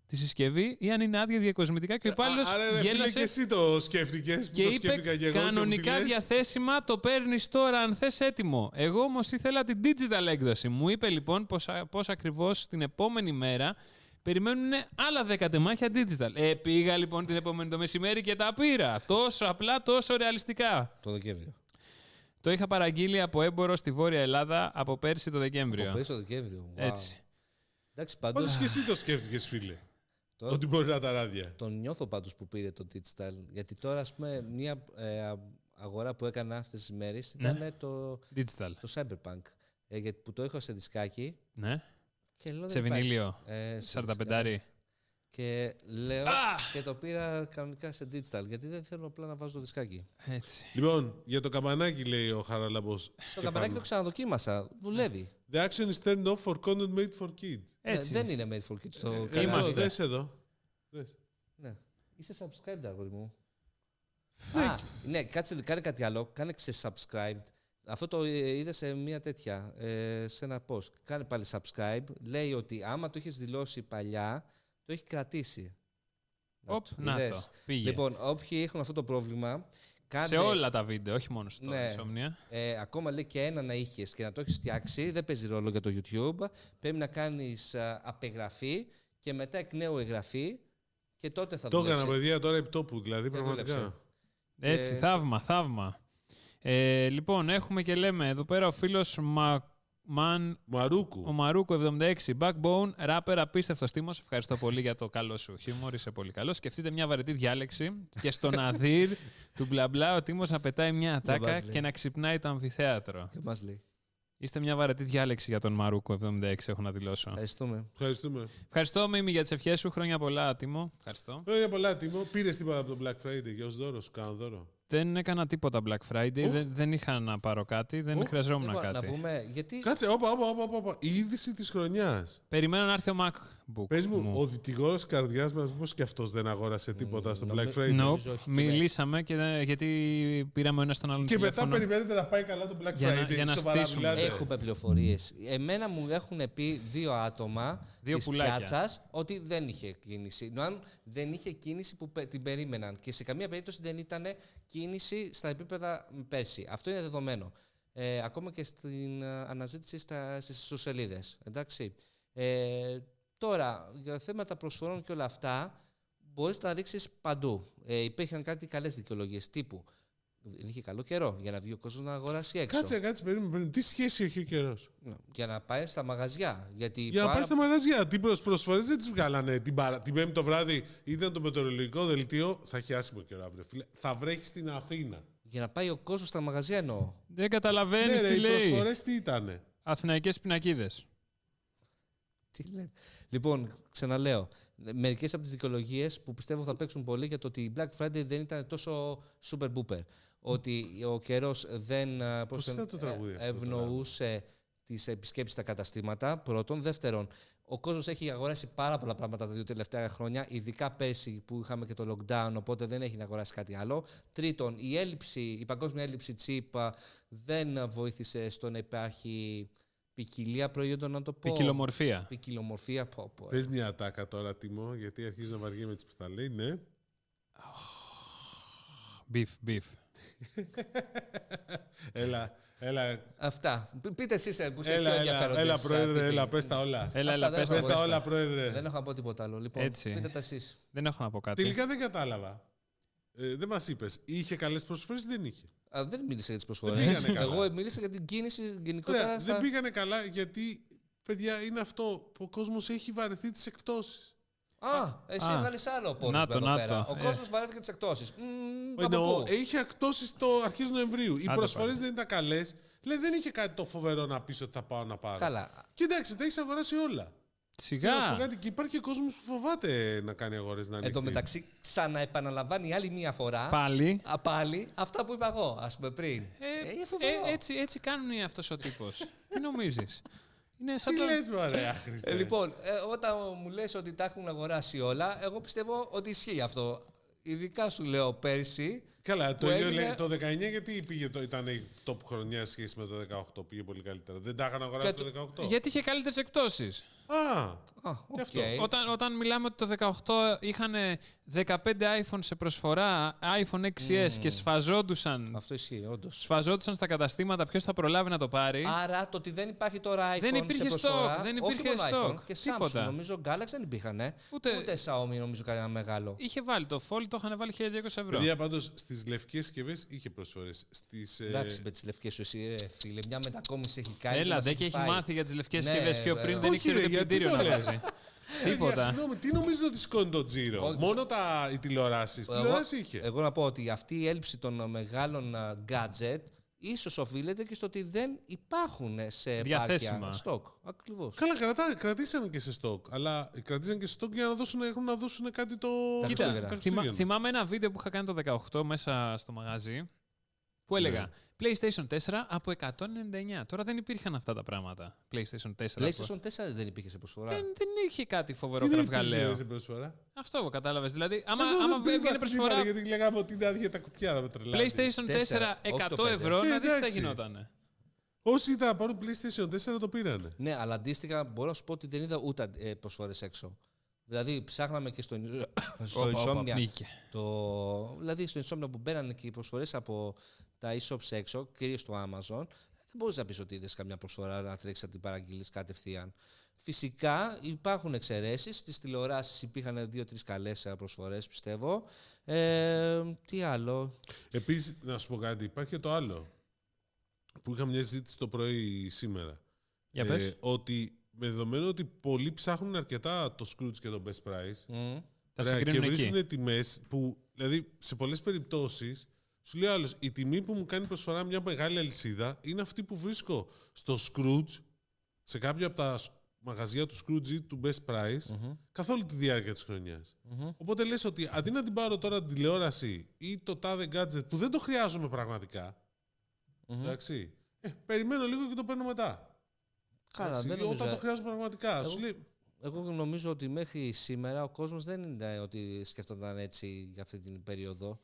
Speaker 2: τη συσκευή ή αν είναι άδεια διακοσμητικά και ο υπάλληλο
Speaker 1: Ε, Α, Άρα, ρε φίλε,
Speaker 2: γέλασε
Speaker 1: και εσύ το σκέφτηκες που
Speaker 2: και
Speaker 1: το
Speaker 2: είπε
Speaker 1: σκέφτηκα και εγώ. και μου τη
Speaker 2: κανονικά
Speaker 1: λες.
Speaker 2: διαθέσιμα το παίρνεις τώρα αν θες έτοιμο. Εγώ όμως ήθελα την digital έκδοση. Μου είπε λοιπόν πως, α- πως ακριβώς την επόμενη μέρα περιμένουν άλλα 10 τεμάχια digital. Ε, πήγα λοιπόν την επόμενη το μεσημέρι και τα πήρα. Τόσο απλά, τόσο ρεαλιστικά.
Speaker 3: Το Δεκέμβριο.
Speaker 2: Το είχα παραγγείλει από έμπορο στη Βόρεια Ελλάδα από πέρσι το
Speaker 3: Το
Speaker 2: Δεκέμβριο.
Speaker 3: πες το Δεκέμβριο. Wow.
Speaker 2: Έτσι.
Speaker 3: Εντάξει, πάντως.
Speaker 1: Πάντως και εσύ το σκέφτηκες, φίλε.
Speaker 3: Το-
Speaker 1: Ότι μπορεί να τα ράδια.
Speaker 3: Τον νιώθω πάντως που πήρε το digital. Γιατί τώρα, ας πούμε, μια ε, α- αγορά που έκανα αυτές τις μέρες
Speaker 2: Ναι.
Speaker 3: ήταν ε, το,
Speaker 2: Digital.
Speaker 3: το Cyberpunk. Ε, γιατί, που το είχα σε δισκάκι
Speaker 2: Ναι.
Speaker 3: και λέω.
Speaker 2: Σε
Speaker 3: δεν υπάρχει.
Speaker 2: βινίλιο.
Speaker 3: Ε, σε
Speaker 2: 45.
Speaker 3: Και λέω
Speaker 2: Α!
Speaker 3: και το πήρα κανονικά σε digital. Γιατί δεν θέλω απλά να βάζω το δισκάκι.
Speaker 2: Έτσι.
Speaker 1: Λοιπόν, για το καμπανάκι λέει ο Χαράλαμπος.
Speaker 3: Στο
Speaker 1: Και
Speaker 3: καμπανάκι το
Speaker 1: πάνω.
Speaker 3: ξαναδοκίμασα. Δουλεύει.
Speaker 1: The action is turned off for content made for kids. Ε,
Speaker 2: Έτσι.
Speaker 3: Ε, δεν είναι made for kids το κανάλι.
Speaker 1: Εδώ,
Speaker 2: Είμαστε.
Speaker 1: δες εδώ. Δες.
Speaker 3: Ναι. Είσαι subscribed, αγόρι μου. Α, ναι, κάτσε, κάνε κάτι άλλο. Κάνε σε subscribed. Αυτό το ε, είδα σε μια τέτοια, ε, σε ένα post. Κάνε πάλι subscribe. Λέει ότι άμα το έχεις δηλώσει παλιά, το έχει κρατήσει.
Speaker 2: Οπ,
Speaker 3: το
Speaker 2: να
Speaker 3: είδες.
Speaker 2: το. Πήγε.
Speaker 3: Λοιπόν, όποιοι έχουν αυτό το πρόβλημα, κάντε,
Speaker 2: Σε όλα τα βίντεο, όχι μόνο στο
Speaker 3: Ναι.
Speaker 2: Insomnia.
Speaker 3: ε, ακόμα λέει και ένα να είχες και να το έχεις φτιάξει, δεν παίζει ρόλο για το YouTube. Πρέπει να κάνεις απεγραφή και μετά εκ νέου εγγραφή και τότε θα
Speaker 1: Το έκανα,
Speaker 3: δουλέψει.
Speaker 1: παιδιά, τώρα επιτόπου, δηλαδή,
Speaker 3: Δεν
Speaker 1: πραγματικά.
Speaker 3: δούλεψε.
Speaker 2: Έτσι,
Speaker 3: Ε,
Speaker 2: θαύμα, θαύμα. Ε, λοιπόν, έχουμε και λέμε εδώ πέρα ο φίλος Μακμαν, ο
Speaker 1: Μαρούκου.
Speaker 2: Μαρούκο 76, Backbone, rapper, απίστευτος τίμος. Ευχαριστώ πολύ για το καλό σου χιούμορ, είσαι πολύ καλός. Σκεφτείτε μια βαρετή διάλεξη και στον Αδύρ του μπλα μπλα ο τίμος να πετάει μια ατάκα
Speaker 3: βάζει, λέει.
Speaker 2: και να ξυπνάει το αμφιθέατρο.
Speaker 3: Και μας λέει.
Speaker 2: Είστε μια βαρετή διάλεξη για τον Μαρούκο 76, έχω να δηλώσω.
Speaker 3: Ευχαριστούμε.
Speaker 1: Ευχαριστούμε.
Speaker 2: Ευχαριστώ, Μίμη, για τις ευχές σου. Χρόνια πολλά, Τίμο. Ευχαριστώ.
Speaker 1: Χρόνια πολλά, Τίμο. Πήρες τίποτα από τον Black Friday και ως δώρο, σου κάνω δώρο.
Speaker 2: Δεν έκανα τίποτα Black Friday.
Speaker 1: Ου.
Speaker 2: Δεν, δεν είχα να πάρω κάτι. Δεν
Speaker 1: Ου.
Speaker 2: χρειαζόμουν
Speaker 3: Λοιπόν,
Speaker 2: κάτι.
Speaker 3: Να πούμε, γιατί
Speaker 1: Κάτσε, όπα, όπα, όπα, όπα, όπα. Η είδηση της χρονιάς.
Speaker 2: Περιμένω να έρθει ο MacBook.
Speaker 1: Πες μου, ο δικηγόρο καρδιάς μας, μήπω και αυτός δεν αγόρασε τίποτα στο Black
Speaker 3: νομι-
Speaker 1: Friday.
Speaker 2: Nope.
Speaker 3: νομίζω όχι, κύριε.
Speaker 2: Μιλήσαμε και, δεν- γιατί πήραμε ο ένας τον άλλον
Speaker 1: Και μετά
Speaker 2: τηλέφωνο.
Speaker 1: περιμένετε να πάει καλά το Black
Speaker 2: Για να-
Speaker 1: Friday.
Speaker 2: για να
Speaker 1: Σοβαρά
Speaker 2: στήσουμε.
Speaker 1: μιλάτε.
Speaker 3: έχουμε πληροφορίες. Εμένα μου έχουν πει δύο άτομα
Speaker 2: Δύο
Speaker 3: της
Speaker 2: πουλάκια.
Speaker 3: πιάτσας ότι δεν είχε κίνηση. Αν δεν είχε κίνηση που πε- την περίμεναν. Και σε καμία περίπτωση δεν ήταν κίνηση στα επίπεδα πέρσι. Αυτό είναι δεδομένο. Ε, ακόμα και στην ε, αναζήτηση στα, στις ιστοσελίδες. Εντάξει. Ε, τώρα, για θέματα προσφορών και όλα αυτά, μπορείς να τα ρίξεις παντού. Ε, υπήρχαν κάτι καλές δικαιολογίες τύπου. Δεν είχε καλό καιρό για να βγει ο κόσμος να αγοράσει έξω.
Speaker 1: Κάτσε, κάτσε, περίμενε. περίμενε. Τι σχέση έχει ο καιρός.
Speaker 3: Ναι, Για να πάει στα μαγαζιά. Γιατί
Speaker 1: Για να
Speaker 3: πάρα-
Speaker 1: πάει στα μαγαζιά. Τι προσφορές δεν τις βγάλανε την, παρα... την Πέμπτη το βράδυ. Ήταν το μετεωρολογικό δελτίο. Θα έχει άσχημο καιρό αύριο, φίλε. Θα βρέχει στην Αθήνα.
Speaker 3: για να πάει ο κόσμος στα μαγαζιά εννοώ.
Speaker 2: Δεν καταλαβαίνεις
Speaker 1: ναι, ρε,
Speaker 2: Ε, τι
Speaker 1: οι
Speaker 2: λέει.
Speaker 1: προσφορές τι ήταν.
Speaker 2: Αθηναϊκές πινακίδες.
Speaker 3: Τι λέτε. Λοιπόν, ξαναλέω. Μερικές από τις δικαιολογίες που πιστεύω θα παίξουν πολύ για το ότι η Black Friday δεν ήταν τόσο super booper. Ότι ο καιρός δεν α, πώς
Speaker 1: ήταν το τραγούδι αυτό
Speaker 3: ευνοούσε τις επισκέψεις στα καταστήματα. Πρώτον. Δεύτερον, ο κόσμος έχει αγοράσει πάρα πολλά πράγματα τα δύο τελευταία χρόνια, ειδικά πέρσι που είχαμε και το lockdown, οπότε δεν έχει να αγοράσει κάτι άλλο. Τρίτον, η, έλλειψη, η παγκόσμια έλλειψη τσίπ α, δεν α, βοήθησε στο να υπάρχει ποικιλία προϊόντων, να το πω
Speaker 2: Ποικιλομορφία.
Speaker 3: ποικιλομορφία. Πω, πω.
Speaker 1: Πες μια ατάκα τώρα, Τιμό, γιατί αρχίζει να βαριέμαι τις που θα λέει. Ναι.
Speaker 2: Beef, beef.
Speaker 1: έλα, έλα,
Speaker 3: Αυτά. Π- Πείτε εσείς που είστε
Speaker 1: έλα,
Speaker 3: πιο
Speaker 1: έλα,
Speaker 3: ενδιαφέροντες.
Speaker 1: έλα, πρόεδρε, έλα, πες τα όλα.
Speaker 2: Έλα,
Speaker 3: Αυτά
Speaker 2: έλα,
Speaker 3: δεν
Speaker 2: πες
Speaker 3: θα
Speaker 1: Πες
Speaker 2: τα.
Speaker 1: τα
Speaker 3: μπορέσω.
Speaker 1: όλα, πρόεδρε.
Speaker 3: Δεν έχω να πω τίποτα άλλο. Λοιπόν,
Speaker 2: Έτσι.
Speaker 3: πείτε τα εσείς.
Speaker 2: Δεν έχω να πω κάτι.
Speaker 1: Τελικά δεν κατάλαβα. Ε, δεν μας είπες. Είχε καλές προσφορές ή δεν είχε.
Speaker 3: Δεν μίλησα για τις
Speaker 1: Δεν
Speaker 3: προσφορές.
Speaker 1: πήγανε καλά.
Speaker 3: Εγώ μίλησα για την κίνηση γενικότερα.
Speaker 1: Ωραία,
Speaker 3: στα...
Speaker 1: δεν πήγανε καλά γιατί, παιδιά, είναι αυτό που ο κόσμος έχει βαρεθεί τις εκπτώσει.
Speaker 3: Α, εσύ
Speaker 2: Α.
Speaker 3: έβγαλε άλλο από
Speaker 2: Να το, να το.
Speaker 3: Ο
Speaker 2: Ε.
Speaker 3: κόσμος βαρέθηκε τις εκτόσεις.
Speaker 1: Εννοώ, έχει εκτόσεις το αρχές Νοεμβρίου. Οι
Speaker 2: Άντε
Speaker 1: προσφορές
Speaker 2: πάλι.
Speaker 1: δεν ήταν καλές. Λέει, δεν είχε κάτι το φοβερό να πεις ότι θα πάω να πάρω.
Speaker 3: Καλά.
Speaker 1: Κοίταξε, τα έχεις αγοράσει όλα. Και να σου πω
Speaker 2: Σιγά.
Speaker 1: κάτι, και υπάρχει και κόσμος που φοβάται να κάνει αγορές να
Speaker 3: Εν τω
Speaker 1: ανοιχτεί.
Speaker 3: μεταξύ, ξαναεπαναλαμβάνει άλλη μία φορά.
Speaker 2: Πάλι.
Speaker 3: α, πάλι αυτά που είπα εγώ, ας πούμε πριν.
Speaker 2: Ε,
Speaker 3: είναι φοβερό.
Speaker 2: ε, έτσι, έτσι κάνουν αυτός ο τύπος. Τι νομίζεις. Είναι σαν
Speaker 1: Τι
Speaker 2: το...
Speaker 1: λες, ωραία, Χριστέ.
Speaker 2: Ναι.
Speaker 3: Ε, λοιπόν, ε, όταν μου λες ότι τα έχουν αγοράσει όλα, εγώ πιστεύω ότι ισχύει αυτό. Ειδικά σου λέω πέρσι.
Speaker 1: Καλά,
Speaker 3: που
Speaker 1: το, ίδιο
Speaker 3: έγινε-
Speaker 1: λέει, το 19 γιατί πήγε το, ήταν η top χρονιά σε σχέση με το 18, πήγε πολύ καλύτερα. Δεν τα είχαν αγοράσει
Speaker 3: Και
Speaker 1: το 18.
Speaker 2: Γιατί είχε καλύτερες εκτόσεις.
Speaker 1: Α,
Speaker 3: Α,
Speaker 1: Και αυτό.
Speaker 3: οκ.
Speaker 2: Όταν, όταν μιλάμε ότι το 18 είχαν 15 iPhone σε προσφορά, iPhone 6S και σφαζόντουσαν,
Speaker 3: Αυτό ισχύει, όντως.
Speaker 2: σφαζόντουσαν στα καταστήματα ποιος θα προλάβει να το πάρει.
Speaker 3: Άρα το ότι δεν υπάρχει τώρα iPhone
Speaker 2: Ε. Δεν υπήρχε
Speaker 3: σε προσφορά,
Speaker 2: stock, δεν
Speaker 3: όχι
Speaker 2: υπήρχε
Speaker 3: μόνο
Speaker 2: stock,
Speaker 3: iPhone, και Samsung
Speaker 2: τίποτα.
Speaker 3: νομίζω, Galaxy δεν υπήρχαν, ε.
Speaker 2: Ούτε-
Speaker 3: Xiaomi νομίζω κανένα μεγάλο.
Speaker 2: Είχε βάλει το Fold, το είχαν βάλει 1200 ευρώ.
Speaker 1: παιδιά πάντως στις λευκές συσκευές είχε προσφορές. Στις, ε,
Speaker 3: Εντάξει, με τις λευκές σου, εσύ, ε, φίλε, μια μετακόμιση έχει κάνει.
Speaker 2: Έλα,
Speaker 3: μας
Speaker 2: δεν και έχει
Speaker 3: φάει.
Speaker 2: μάθει για τις λευκές
Speaker 3: Ναι,
Speaker 2: συσκευές πιο
Speaker 3: βέβαια.
Speaker 2: πριν, δεν
Speaker 1: Όχι,
Speaker 2: ήξερε
Speaker 1: ρε,
Speaker 2: ούτε
Speaker 1: γιατί
Speaker 2: πλυντήριο
Speaker 1: το
Speaker 2: να
Speaker 1: λες.
Speaker 2: βάζει.
Speaker 1: παιδιά,
Speaker 2: Τίποτα.
Speaker 1: Συγγνώμη, τι νομίζετε ότι σηκώνει το τζίρο.
Speaker 3: Όχι.
Speaker 1: Μόνο τα, οι τηλεοράσεις. Τηλεοράσεις είχε.
Speaker 3: Εγώ να πω ότι αυτή η έλλειψη των ε, μεγάλων ε, gadget ίσως οφείλεται και στο ότι δεν υπάρχουν ε, σε επάρκεια
Speaker 2: Διαθέσιμα.
Speaker 3: στόκ. Ακριβώς.
Speaker 1: Καλά, κρατά, κρατήσαν και σε στόκ. Αλλά κρατήσαν και σε στόκ για να δώσουν, έχουν να δώσουν κάτι το. τα
Speaker 2: Κοίτα,
Speaker 3: Τα Χριστούγεννα.
Speaker 2: θυμά-
Speaker 1: Χριστούγεννα.
Speaker 2: θυμάμαι ένα βίντεο που είχα κάνει το 18 μέσα στο μαγαζί που έλεγα
Speaker 1: Ναι.
Speaker 2: PlayStation 4 από 199. Τώρα δεν υπήρχαν αυτά τα πράγματα. PlayStation 4. από-
Speaker 3: PlayStation 4 δεν υπήρχε σε προσφορά.
Speaker 2: Δεν, δεν είχε κάτι φοβερό
Speaker 1: Τι δεν υπήρχε,
Speaker 2: κραυγαλαίο.
Speaker 1: ρε, σε προσφορά.
Speaker 2: Αυτό κατάλαβες. Δηλαδή, άμα,
Speaker 1: Εγώ δεν
Speaker 2: άμα
Speaker 1: πήγα
Speaker 2: έβγαινε
Speaker 1: στην
Speaker 2: προσφορά
Speaker 1: Τιμάρα, Γιατί λέγαμε ότι είναι άδεια τα κουτιά, θα με τρελάνε.
Speaker 2: PlayStation 4
Speaker 3: Τέσσερα, όχι
Speaker 2: 100
Speaker 3: το πέντε.
Speaker 2: ευρώ,
Speaker 1: Ε,
Speaker 2: να δεις τι θα
Speaker 1: εντάξει.
Speaker 2: γινότανε.
Speaker 1: Όσοι ήταν να πάρουν PlayStation 4 το πήρανε.
Speaker 3: Ναι, αλλά αντίστοιχα μπορώ να σου πω ότι δεν είδα ούτε ε, προσφορές έξω. Δηλαδή, ψάχναμε και στο, στο
Speaker 2: Όπα, όπα,
Speaker 3: Insomnia.
Speaker 2: πνίγηκε.
Speaker 3: το, δηλαδή, στο Insomnia που μπαίνανε και οι προσφορές από τα e-shops έξω, κυρίως στο Amazon, δεν μπορείς να πεις ότι είδες καμιά προσφορά να τρέξεις να την παραγγείλεις κατευθείαν. Φυσικά υπάρχουν εξαιρέσεις. Στις τηλεοράσεις υπήρχαν δύο-τρει καλές προσφορές, πιστεύω. Ε, τι άλλο.
Speaker 1: Επίσης, να σου πω κάτι, υπάρχει και το άλλο. Που είχα μια συζήτηση το πρωί σήμερα.
Speaker 2: Για πες.
Speaker 1: Ε, ότι με δεδομένο ότι πολλοί ψάχνουν αρκετά το Scrooge και το Best Price.
Speaker 3: Μμ.
Speaker 2: Τα
Speaker 1: ωραία,
Speaker 2: συγκρίνουν
Speaker 1: και
Speaker 2: εκεί.
Speaker 1: βρίσκουν τιμές που, δηλαδή, σε πολλές περιπτώσεις Σου λέει άλλος, η τιμή που μου κάνει προσφορά μια μεγάλη αλυσίδα είναι αυτή που βρίσκω στο Scrooge, σε κάποια από τα σ- μαγαζιά του Scrooge ή του Best Price, καθ' όλη τη διάρκεια της χρονια Οπότε λες ότι αντί να την πάρω τώρα την τηλεόραση ή το τάδε gadget που δεν το χρειάζομαι πραγματικά, εντάξει, ε, περιμένω λίγο και το παίρνω μετά.
Speaker 3: Καλά,
Speaker 1: Εντάξει,
Speaker 3: δεν
Speaker 1: όταν
Speaker 3: νομίζω. ε,
Speaker 1: το χρειάζομαι πραγματικά.
Speaker 3: Εγώ-
Speaker 1: Σου λέει,
Speaker 3: Εγώ νομίζω ότι μέχρι σήμερα ο κόσμος δεν είναι ότι σκεφτόταν έτσι για αυτή την περίοδο.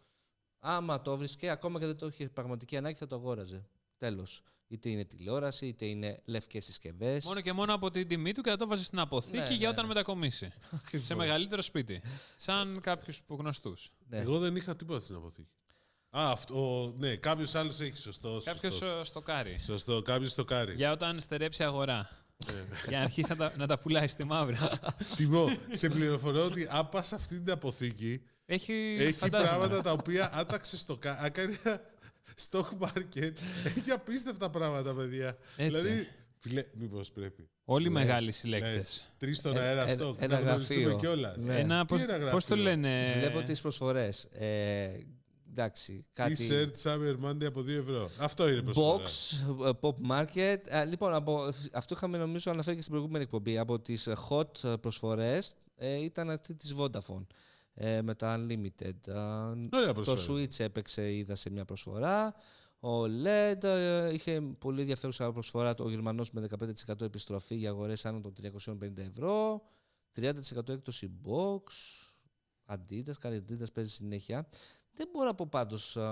Speaker 3: Άμα το βρίσκε, ακόμα και δεν το είχε πραγματική ανάγκη, θα το αγόραζε. Τέλος. Είτε είναι τηλεόραση, είτε είναι λευκές συσκευές.
Speaker 2: Μόνο και μόνο από την τιμή του και θα το βάζει στην αποθήκη
Speaker 3: Ναι,
Speaker 2: για
Speaker 3: ναι,
Speaker 2: όταν
Speaker 3: ναι.
Speaker 2: μετακομίσει. σε
Speaker 3: Ακριβώς.
Speaker 2: μεγαλύτερο σπίτι. Σαν κάποιους γνωστούς.
Speaker 3: Ναι.
Speaker 1: Εγώ δεν είχα τίποτα στην αποθήκη. Α, αυτό, ναι, κάποιος άλλος έχει. Σωστό.
Speaker 2: Κάποιος
Speaker 1: σωστός.
Speaker 2: στο κάρι.
Speaker 1: Σωστό, κάποιος το κάρει.
Speaker 2: Για όταν στερέψει αγορά.
Speaker 1: Ε.
Speaker 2: για να αρχίσει να τα, να τα πουλάει στη μαύρα.
Speaker 1: Τιμό, σε πληροφορώ ότι αν πα αυτή την αποθήκη,
Speaker 2: Έχει,
Speaker 1: έχει
Speaker 2: φαντάζομαι.
Speaker 1: πράγματα τα οποία άταξε στο κα... αν κάνει ένα stock market. Έχει απίστευτα πράγματα, παιδιά.
Speaker 3: ε.
Speaker 2: Έτσι.
Speaker 1: Δηλαδή, φιλέ, μήπως πρέπει.
Speaker 2: Όλοι οι μεγάλοι συλλέκτες.
Speaker 1: Τρεις στον
Speaker 3: Ε,
Speaker 1: αέρα
Speaker 3: ε,
Speaker 1: stock. να
Speaker 3: ένα
Speaker 1: γνωριστούμε
Speaker 3: γραφείο.
Speaker 1: κιόλας.
Speaker 3: Ναι.
Speaker 2: Ένα,
Speaker 1: Τι
Speaker 2: πώς,
Speaker 1: ένα
Speaker 2: πώς το
Speaker 1: γραφείο.
Speaker 2: λένε.
Speaker 3: Βλέπω τις προσφορές. Ε, εντάξει, κάτι...
Speaker 1: T-shirt Summer Monday από 2 ευρώ. Αυτό είναι προσφορά.
Speaker 3: Box, ε, Pop Market. Ε, Λοιπόν, από, αυτό είχαμε νομίζω αναφέρει και στην προηγούμενη εκπομπή. Από τις ε, hot ε, προσφορές ε, ήταν αυτή της Vodafone ε, με τα Unlimited. Α,
Speaker 1: Ωραία
Speaker 3: Το
Speaker 1: προσφορά.
Speaker 3: Switch έπαιξε, είδα σε μια προσφορά. Ο LED ε, είχε πολύ ενδιαφέρουσα προσφορά το Γερμανός με 15% επιστροφή για αγορές άνω των 350 ευρώ. 30% έκπτωση box. Adidas, καλή Adidas παίζει συνέχεια. Δεν μπορώ να πω πάντως α,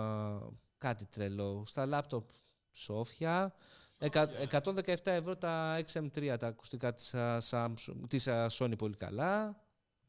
Speaker 3: κάτι τρελό. Στα λάπτοπ Σόφια. Εκα- 117 ευρώ τα XM3, τα ακουστικά της, α, Samsung, της α, Sony πολύ καλά.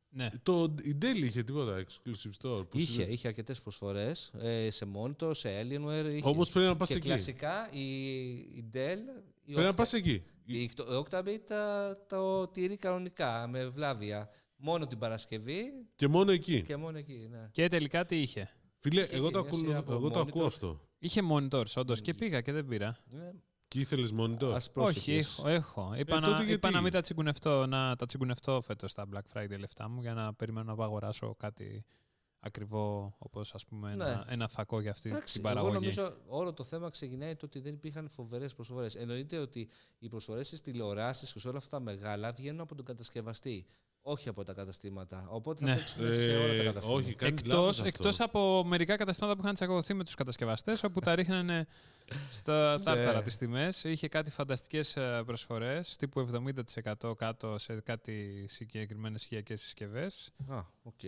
Speaker 2: Ναι.
Speaker 1: Το, η Dell είχε τίποτα exclusive store. που
Speaker 3: Είχε,
Speaker 1: συνέβη.
Speaker 3: είχε αρκετές προσφορές ε, σε Monitor, σε Alienware. Είχε.
Speaker 1: Όμως πρέπει να πας
Speaker 3: και
Speaker 1: εκεί.
Speaker 3: κλασικά η, η Dell, η,
Speaker 1: Πρέπει να
Speaker 3: Octa-
Speaker 1: πας εκεί.
Speaker 3: η Octo- η Octabit τα, το τηρεί κανονικά με βλάβια. Μόνο την Παρασκευή
Speaker 1: Και μόνο εκεί.
Speaker 3: και μόνο εκεί. Ναι.
Speaker 2: Και τελικά τι είχε.
Speaker 1: Φίλε,
Speaker 3: Είχε
Speaker 1: εγώ, το,
Speaker 3: μια σειρά
Speaker 1: ακούω,
Speaker 3: από
Speaker 1: εγώ το
Speaker 3: monitors.
Speaker 1: ακούω αυτό.
Speaker 2: Είχε monitors, όντως,
Speaker 1: Ε,
Speaker 2: και πήγα και δεν πήρα.
Speaker 3: Ναι.
Speaker 1: Και ήθελες monitor.
Speaker 3: Ας
Speaker 2: Όχι,
Speaker 3: πρόσεχες.
Speaker 2: έχω.
Speaker 3: Ε,
Speaker 2: έχω. Είπα,
Speaker 1: τότε
Speaker 2: να, είπα
Speaker 1: γιατί?
Speaker 2: να μην τα τσιγκουνευτώ, να τα τσιγκουνευτώ φέτος τα Black Friday λεφτά μου για να περιμένω να αγοράσω κάτι ακριβό όπως ας πούμε ένα,
Speaker 3: Ναι.
Speaker 2: ένα φακό για αυτή
Speaker 3: Εντάξει,
Speaker 2: την
Speaker 3: εγώ
Speaker 2: παραγωγή.
Speaker 3: νομίζω όλο το θέμα ξεκινάει το ότι δεν υπήρχαν φοβερές προσφορές. Εννοείται ότι οι προσφορές στις τηλεοράσεις και σε όλα αυτά τα μεγάλα βγαίνουν από τον κατασκευαστή, όχι από τα καταστήματα. Οπότε θα
Speaker 2: Ναι.
Speaker 3: παίξουν σε όλα τα
Speaker 1: Ε,
Speaker 3: καταστήματα.
Speaker 1: όχι, κάνει
Speaker 2: Εκτός,
Speaker 1: λάθος
Speaker 2: εκτός
Speaker 1: αυτό.
Speaker 2: από μερικά καταστήματα που είχαν τσακωθεί με τους κατασκευαστές όπου τα ρίχνανε στα τάρταρα
Speaker 3: Ναι.
Speaker 2: τις τιμές. Είχε κάτι φανταστικές ε, προσφορές τύπου 70% κάτω σε κάτι συγκεκριμένες οικιακές συσκευές.
Speaker 3: Α, οκ.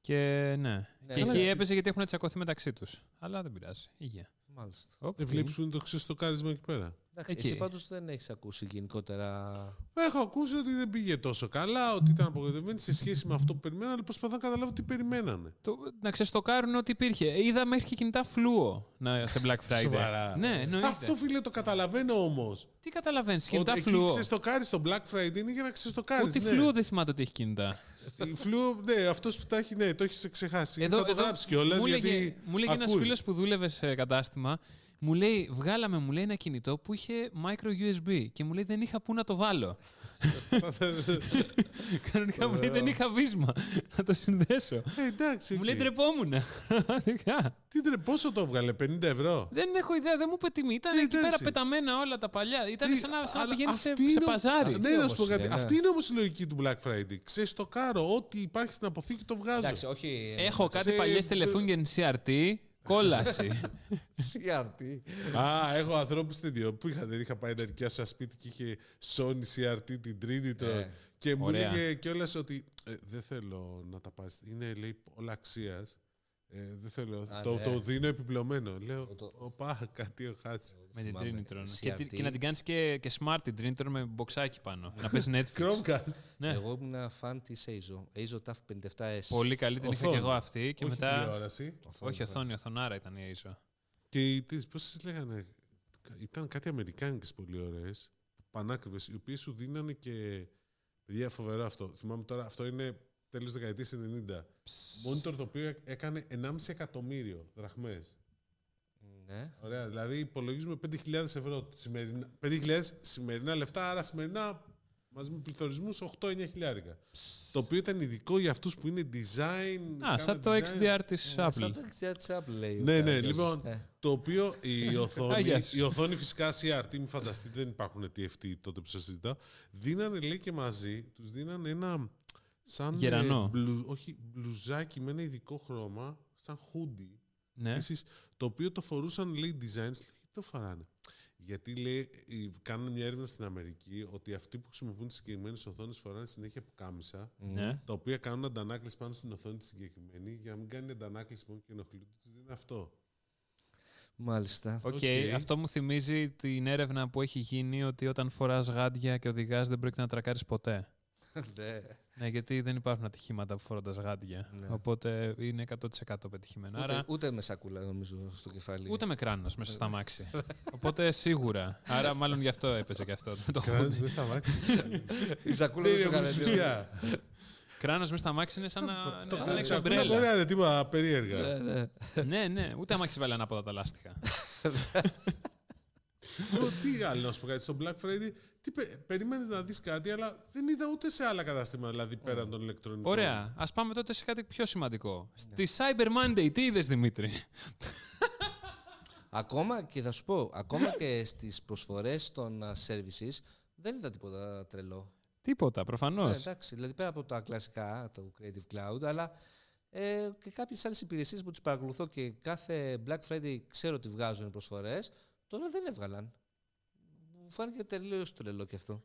Speaker 2: Και ναι.
Speaker 3: Ναι,
Speaker 2: και
Speaker 3: ναι.
Speaker 2: εκεί έπαιζε γιατί έχουν τσακωθεί μεταξύ τους. Αλλά δεν πειράζει. Υγεία.
Speaker 3: Μάλιστα.
Speaker 2: Οπ,
Speaker 1: Δεν βλέπει Ε, που είναι το ξεστοκάρισμα εκεί πέρα.
Speaker 3: Εντάξει,
Speaker 2: Εκεί.
Speaker 3: Εσύ πάντως δεν έχεις ακούσει γενικότερα.
Speaker 1: Έχω ακούσει ότι δεν πήγε τόσο καλά, ότι ήταν απογοητευμένοι σε σχέση με αυτό που περιμένανε, αλλά προσπαθώ να καταλάβω τι περιμένανε.
Speaker 2: Το, να ξεστοκάρουν ό,τι υπήρχε. Ε, Είδα μέχρι και κινητά φλούο να, σε Black Friday.
Speaker 1: Σοβαρά.
Speaker 2: Ναι, εννοείται.
Speaker 1: Αυτό φίλε το καταλαβαίνω όμως.
Speaker 2: Τι καταλαβαίνεις, κινητά
Speaker 1: Ότι εκεί ναι.
Speaker 2: φλούο.
Speaker 1: ξεστοκάρεις το Black Friday είναι για να ξεστοκάρεις.
Speaker 2: Ούτε φλούο δεν θυμάται ότι έχει κινητά.
Speaker 1: Η φλου, ναι, αυτός που τα έχει, ναι, το έχεις ξεχάσει.
Speaker 2: Εδώ-
Speaker 1: θα το
Speaker 2: εδώ
Speaker 1: γράψεις κιόλας.
Speaker 2: Μου
Speaker 1: γιατί
Speaker 2: λέγε, μου λέγε ένας
Speaker 1: ακούει.
Speaker 2: φίλος που δούλευε σε κατάστημα, μου λέει, βγάλαμε μου λέει ένα κινητό που είχε micro USB και μου λέει δεν είχα πού να το βάλω. Κανονικά μου λέει δεν είχα βίσμα να το συνδέσω.
Speaker 1: Ε, εντάξει.
Speaker 2: Μου λέει
Speaker 1: οκ.
Speaker 2: τρεπόμουν. Πραγματικά.
Speaker 1: Τι τρε, πόσο το βγάλε, 50 ευρώ.
Speaker 2: Δεν έχω ιδέα, δεν μου είπε τιμή. Ήταν εκεί πέρα
Speaker 1: Ε, εντάξει.
Speaker 2: πεταμένα όλα τα παλιά. Ήταν
Speaker 1: Τι-
Speaker 2: σαν να, σαν να
Speaker 1: αλλά
Speaker 2: πηγαίνει σε,
Speaker 1: αυτή
Speaker 2: σε
Speaker 1: είναι ο-
Speaker 2: παζάρι.
Speaker 1: Ναι, να σου πω
Speaker 3: όμως
Speaker 1: κάτι.
Speaker 3: είναι, ναι.
Speaker 1: Αυτή είναι όμως η λογική του Black Friday. Ξεστοκάρω, ό,τι υπάρχει στην αποθήκη το βγάζω.
Speaker 3: Εντάξει, όχι. ε,
Speaker 2: Έχω κάτι
Speaker 1: σε-
Speaker 2: παλιές τελεθούγγεν CRT, κόλαση.
Speaker 3: CRT.
Speaker 1: Α, έχω ανθρώπους τέτοιο που είχα, δεν είχα πάει να νοικιάσω ένα σπίτι και είχε Sony CRT την Trinity.
Speaker 3: Ε,
Speaker 1: και μου
Speaker 2: ωραία.
Speaker 1: έλεγε κιόλας ότι ε, δεν θέλω να τα πάρεις. Είναι λέει όλα αξίας. Ε, δεν θέλω.
Speaker 3: Α,
Speaker 1: το,
Speaker 3: ναι.
Speaker 1: το δίνω επιπλωμένο. Λέω,
Speaker 3: Το-
Speaker 1: οπα, κάτι έχω χάσει.
Speaker 2: με την
Speaker 3: Θυμάμαι,
Speaker 2: Trinitron.
Speaker 3: CRT.
Speaker 2: και, τη- και να την κάνεις και, και smart την Trinitron με μποξάκι πάνω. να παίζει Netflix.
Speaker 1: Chromecast.
Speaker 2: ναι.
Speaker 3: Εγώ ήμουν φαν της Azo. Azo TAF 57S.
Speaker 2: Πολύ καλή την είχα
Speaker 1: Οθόνη.
Speaker 2: και εγώ αυτή. Και
Speaker 1: Όχι
Speaker 2: μετά.
Speaker 1: τηλεόραση.
Speaker 2: Όχι οθόνη, οθονάρα ήταν η Acer.
Speaker 1: Και οι τις, πώς τις λέγανε. Ήταν κάτι αμερικάνικες πολύ ωραίες. Πανάκριβες, οι οποίες σου δίνανε και. Παιδιά, φοβερό αυτό. Θυμάμαι τώρα, αυτό είναι τέλος δεκαετίας 90. Μόνιτορ το οποίο έκανε 1,5 εκατομμύριο δραχμές.
Speaker 3: Ναι.
Speaker 1: Ωραία, δηλαδή υπολογίζουμε 5.000 ευρώ σημερινά, 5.000 σημερινά λεφτά, άρα σημερινά Μαζί με πληθωρισμούς 8-9 χιλιάρικα. Το οποίο ήταν ειδικό για αυτούς που είναι design.
Speaker 2: Α,
Speaker 1: κάνουν
Speaker 2: σαν το
Speaker 1: design.
Speaker 2: XDR της Apple.
Speaker 3: Σαν το XDR της Apple λέει. ο
Speaker 1: Ναι, ναι,
Speaker 3: Κάριος.
Speaker 1: λοιπόν.
Speaker 3: Ναι.
Speaker 1: Το οποίο η
Speaker 2: Α,
Speaker 1: οθόνη,
Speaker 2: γεια σου.
Speaker 1: η οθόνη φυσικά CRT, μην φανταστείτε, δεν υπάρχουν TFT τότε που σας συζητά. Δίνανε λέει και μαζί, τους δίνανε ένα. Σαν ε,
Speaker 2: Γερανό.
Speaker 1: μπλου- όχι, μπλουζάκι με ένα ειδικό χρώμα, σαν χούντι.
Speaker 2: Ναι.
Speaker 1: Επίσης, το οποίο το φορούσαν λέει designs, λέει, γιατί το φοράνε. Γιατί λέει, ε, κάνουν μια έρευνα στην Αμερική ότι αυτοί που χρησιμοποιούν τις συγκεκριμένες οθόνες φοράνε συνέχεια από κάμισα,
Speaker 2: ναι.
Speaker 1: τα οποία κάνουν αντανάκληση πάνω στην οθόνη τη συγκεκριμένη, για να μην κάνει αντανάκληση μόνο και ενοχλούνται. Του δίνουν αυτό.
Speaker 3: Μάλιστα.
Speaker 2: Οκ,
Speaker 1: Οκ.
Speaker 2: αυτό μου θυμίζει την έρευνα που έχει γίνει ότι όταν φοράς γάντια και οδηγάς δεν πρέπει να τρακάρεις ποτέ.
Speaker 3: Ναι.
Speaker 2: Ναι, γιατί δεν υπάρχουν ατυχήματα που φορώντας γάντια.
Speaker 3: Ναι.
Speaker 2: Οπότε είναι 100% πετυχημένο.
Speaker 3: Ούτε,
Speaker 2: Άρα
Speaker 3: ούτε με σακούλα νομίζω στο κεφάλι.
Speaker 2: ούτε με κράνος μέσα στα μάξι. Οπότε σίγουρα. Άρα μάλλον γι' αυτό έπαιζε και αυτό. το
Speaker 1: Κράτησε μέσα στα μάξι.
Speaker 3: Η σακούλα
Speaker 1: Τι
Speaker 3: δεν
Speaker 1: είναι
Speaker 3: σε χαρακτηρίζει.
Speaker 1: μουσουσιά.
Speaker 2: κράνος μέσα στα μάξι είναι σαν να
Speaker 1: Το
Speaker 2: είναι σαν να έχεις
Speaker 1: κράτησε ακόμα.
Speaker 2: ομπρέλα.
Speaker 1: Ωραία, ρε, τίποτα περίεργα.
Speaker 3: Ναι, ναι.
Speaker 2: Ναι, ναι, ούτε άμα έχεις βάλει ανάποδα τα λάστιχα.
Speaker 1: Λέω, Τι άλλο να σου πω κάτι. Στον Black Friday, τι πε- περιμένεις να δεις κάτι, αλλά δεν είδα ούτε σε άλλα καταστήματα, δηλαδή πέραν των ηλεκτρονικών.
Speaker 2: Ωραία. Ας πάμε τότε σε κάτι πιο σημαντικό. Στη Cyber Monday, τι είδες Δημήτρη.
Speaker 3: Ακόμα και θα σου πω, ακόμα και στις προσφορές των α, services δεν είδα τίποτα τρελό.
Speaker 2: Τίποτα, προφανώς.
Speaker 3: Ναι, εντάξει, δηλαδή πέρα από τα κλασικά, το Creative Cloud, αλλά ε, και κάποιες άλλες υπηρεσίες που τις παρακολουθώ και κάθε Black Friday ξέρω ότι βγάζουν προσφορές, τώρα δεν έβγαλαν. Μου φάνηκε τελείω τρελό και αυτό.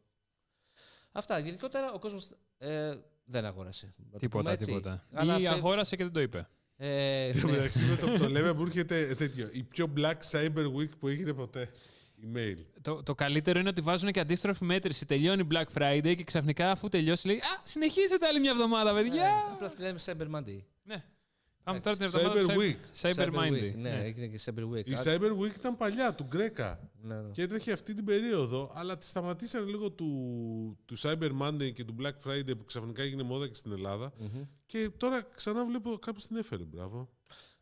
Speaker 3: Αυτά. Γενικότερα ο κόσμος ε, δεν αγόρασε. Να το πούμε
Speaker 2: τίποτα,
Speaker 3: έτσι.
Speaker 2: τίποτα.
Speaker 3: Αλλά
Speaker 2: Ή
Speaker 3: θε-
Speaker 2: αγόρασε και δεν το είπε.
Speaker 3: Ε,
Speaker 1: Εν τω
Speaker 3: ναι.
Speaker 1: μεταξύ με το που το λέμε μου έρχεται τέτοιο. Η πιο Black Cyber Week που έγινε ποτέ. Email.
Speaker 2: Το, το καλύτερο είναι ότι βάζουν και αντίστροφη μέτρηση. Τελειώνει Black Friday και ξαφνικά αφού τελειώσει λέει Α, συνεχίζεται άλλη μια εβδομάδα,
Speaker 3: Ε,
Speaker 2: παιδιά.
Speaker 3: απλά τη λέμε Cyber Monday.
Speaker 2: ναι. Πάμε τώρα την εβδομάδα.
Speaker 1: Cyber
Speaker 2: του
Speaker 1: Week.
Speaker 2: Cyber, Cyber Monday.
Speaker 3: Week. Ναι, έγινε και Cyber Week.
Speaker 1: Η
Speaker 3: Α,
Speaker 1: Cyber Week ήταν παλιά, του Γκρέκα.
Speaker 3: ναι, ναι.
Speaker 1: Και έτρεχε αυτή την περίοδο, αλλά τη σταματήσανε λίγο του, του Cyber Monday και του Black Friday που ξαφνικά έγινε μόδα και στην Ελλάδα. Και τώρα ξανά βλέπω κάποιος την έφερε. Μπράβο.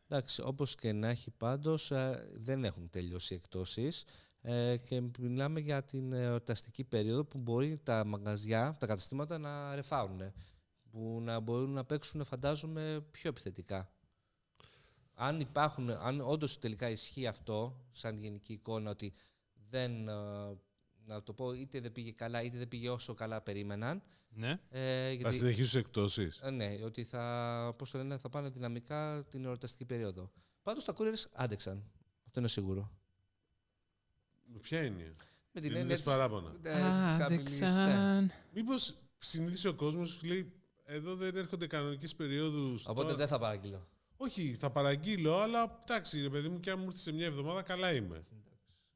Speaker 3: Εντάξει, όπως και να έχει πάντως, ε, δεν έχουν τελειώσει οι εκτόσεις ε, και μιλάμε για την ε, εορταστική περίοδο που μπορεί τα μαγαζιά, τα καταστήματα να ρεφάρουν, που να μπορούν να παίξουν, φαντάζομαι, πιο επιθετικά. Αν υπάρχουν, αν όντως τελικά ισχύει αυτό, σαν γενική εικόνα, ότι δεν, ε, να το πω, είτε δεν πήγε καλά, είτε δεν πήγε όσο καλά περίμεναν,
Speaker 2: Ναι.
Speaker 3: ε,
Speaker 1: Θα
Speaker 3: γιατί
Speaker 1: συνεχίσω εκτόσει.
Speaker 3: ε, Ναι, ότι θα, πώς το λένε, θα πάνε δυναμικά την εορταστική περίοδο. Πάντως τα couriers άντεξαν. Αυτό είναι σίγουρο.
Speaker 1: Με ποια έννοια.
Speaker 3: Με
Speaker 1: Την
Speaker 3: έννοια
Speaker 1: είδες
Speaker 3: της-
Speaker 1: παράπονα.
Speaker 3: ε, της χαμηλής, ναι.
Speaker 2: Άντεξαν.
Speaker 1: Μήπως συνήθισε ο κόσμος λέει εδώ δεν έρχονται κανονικές περιόδους.
Speaker 3: Οπότε δεν θα παραγγείλω.
Speaker 1: Όχι, θα παραγγείλω, αλλά εντάξει, ρε παιδί μου, και αν μου έρθει σε μια εβδομάδα, καλά είμαι.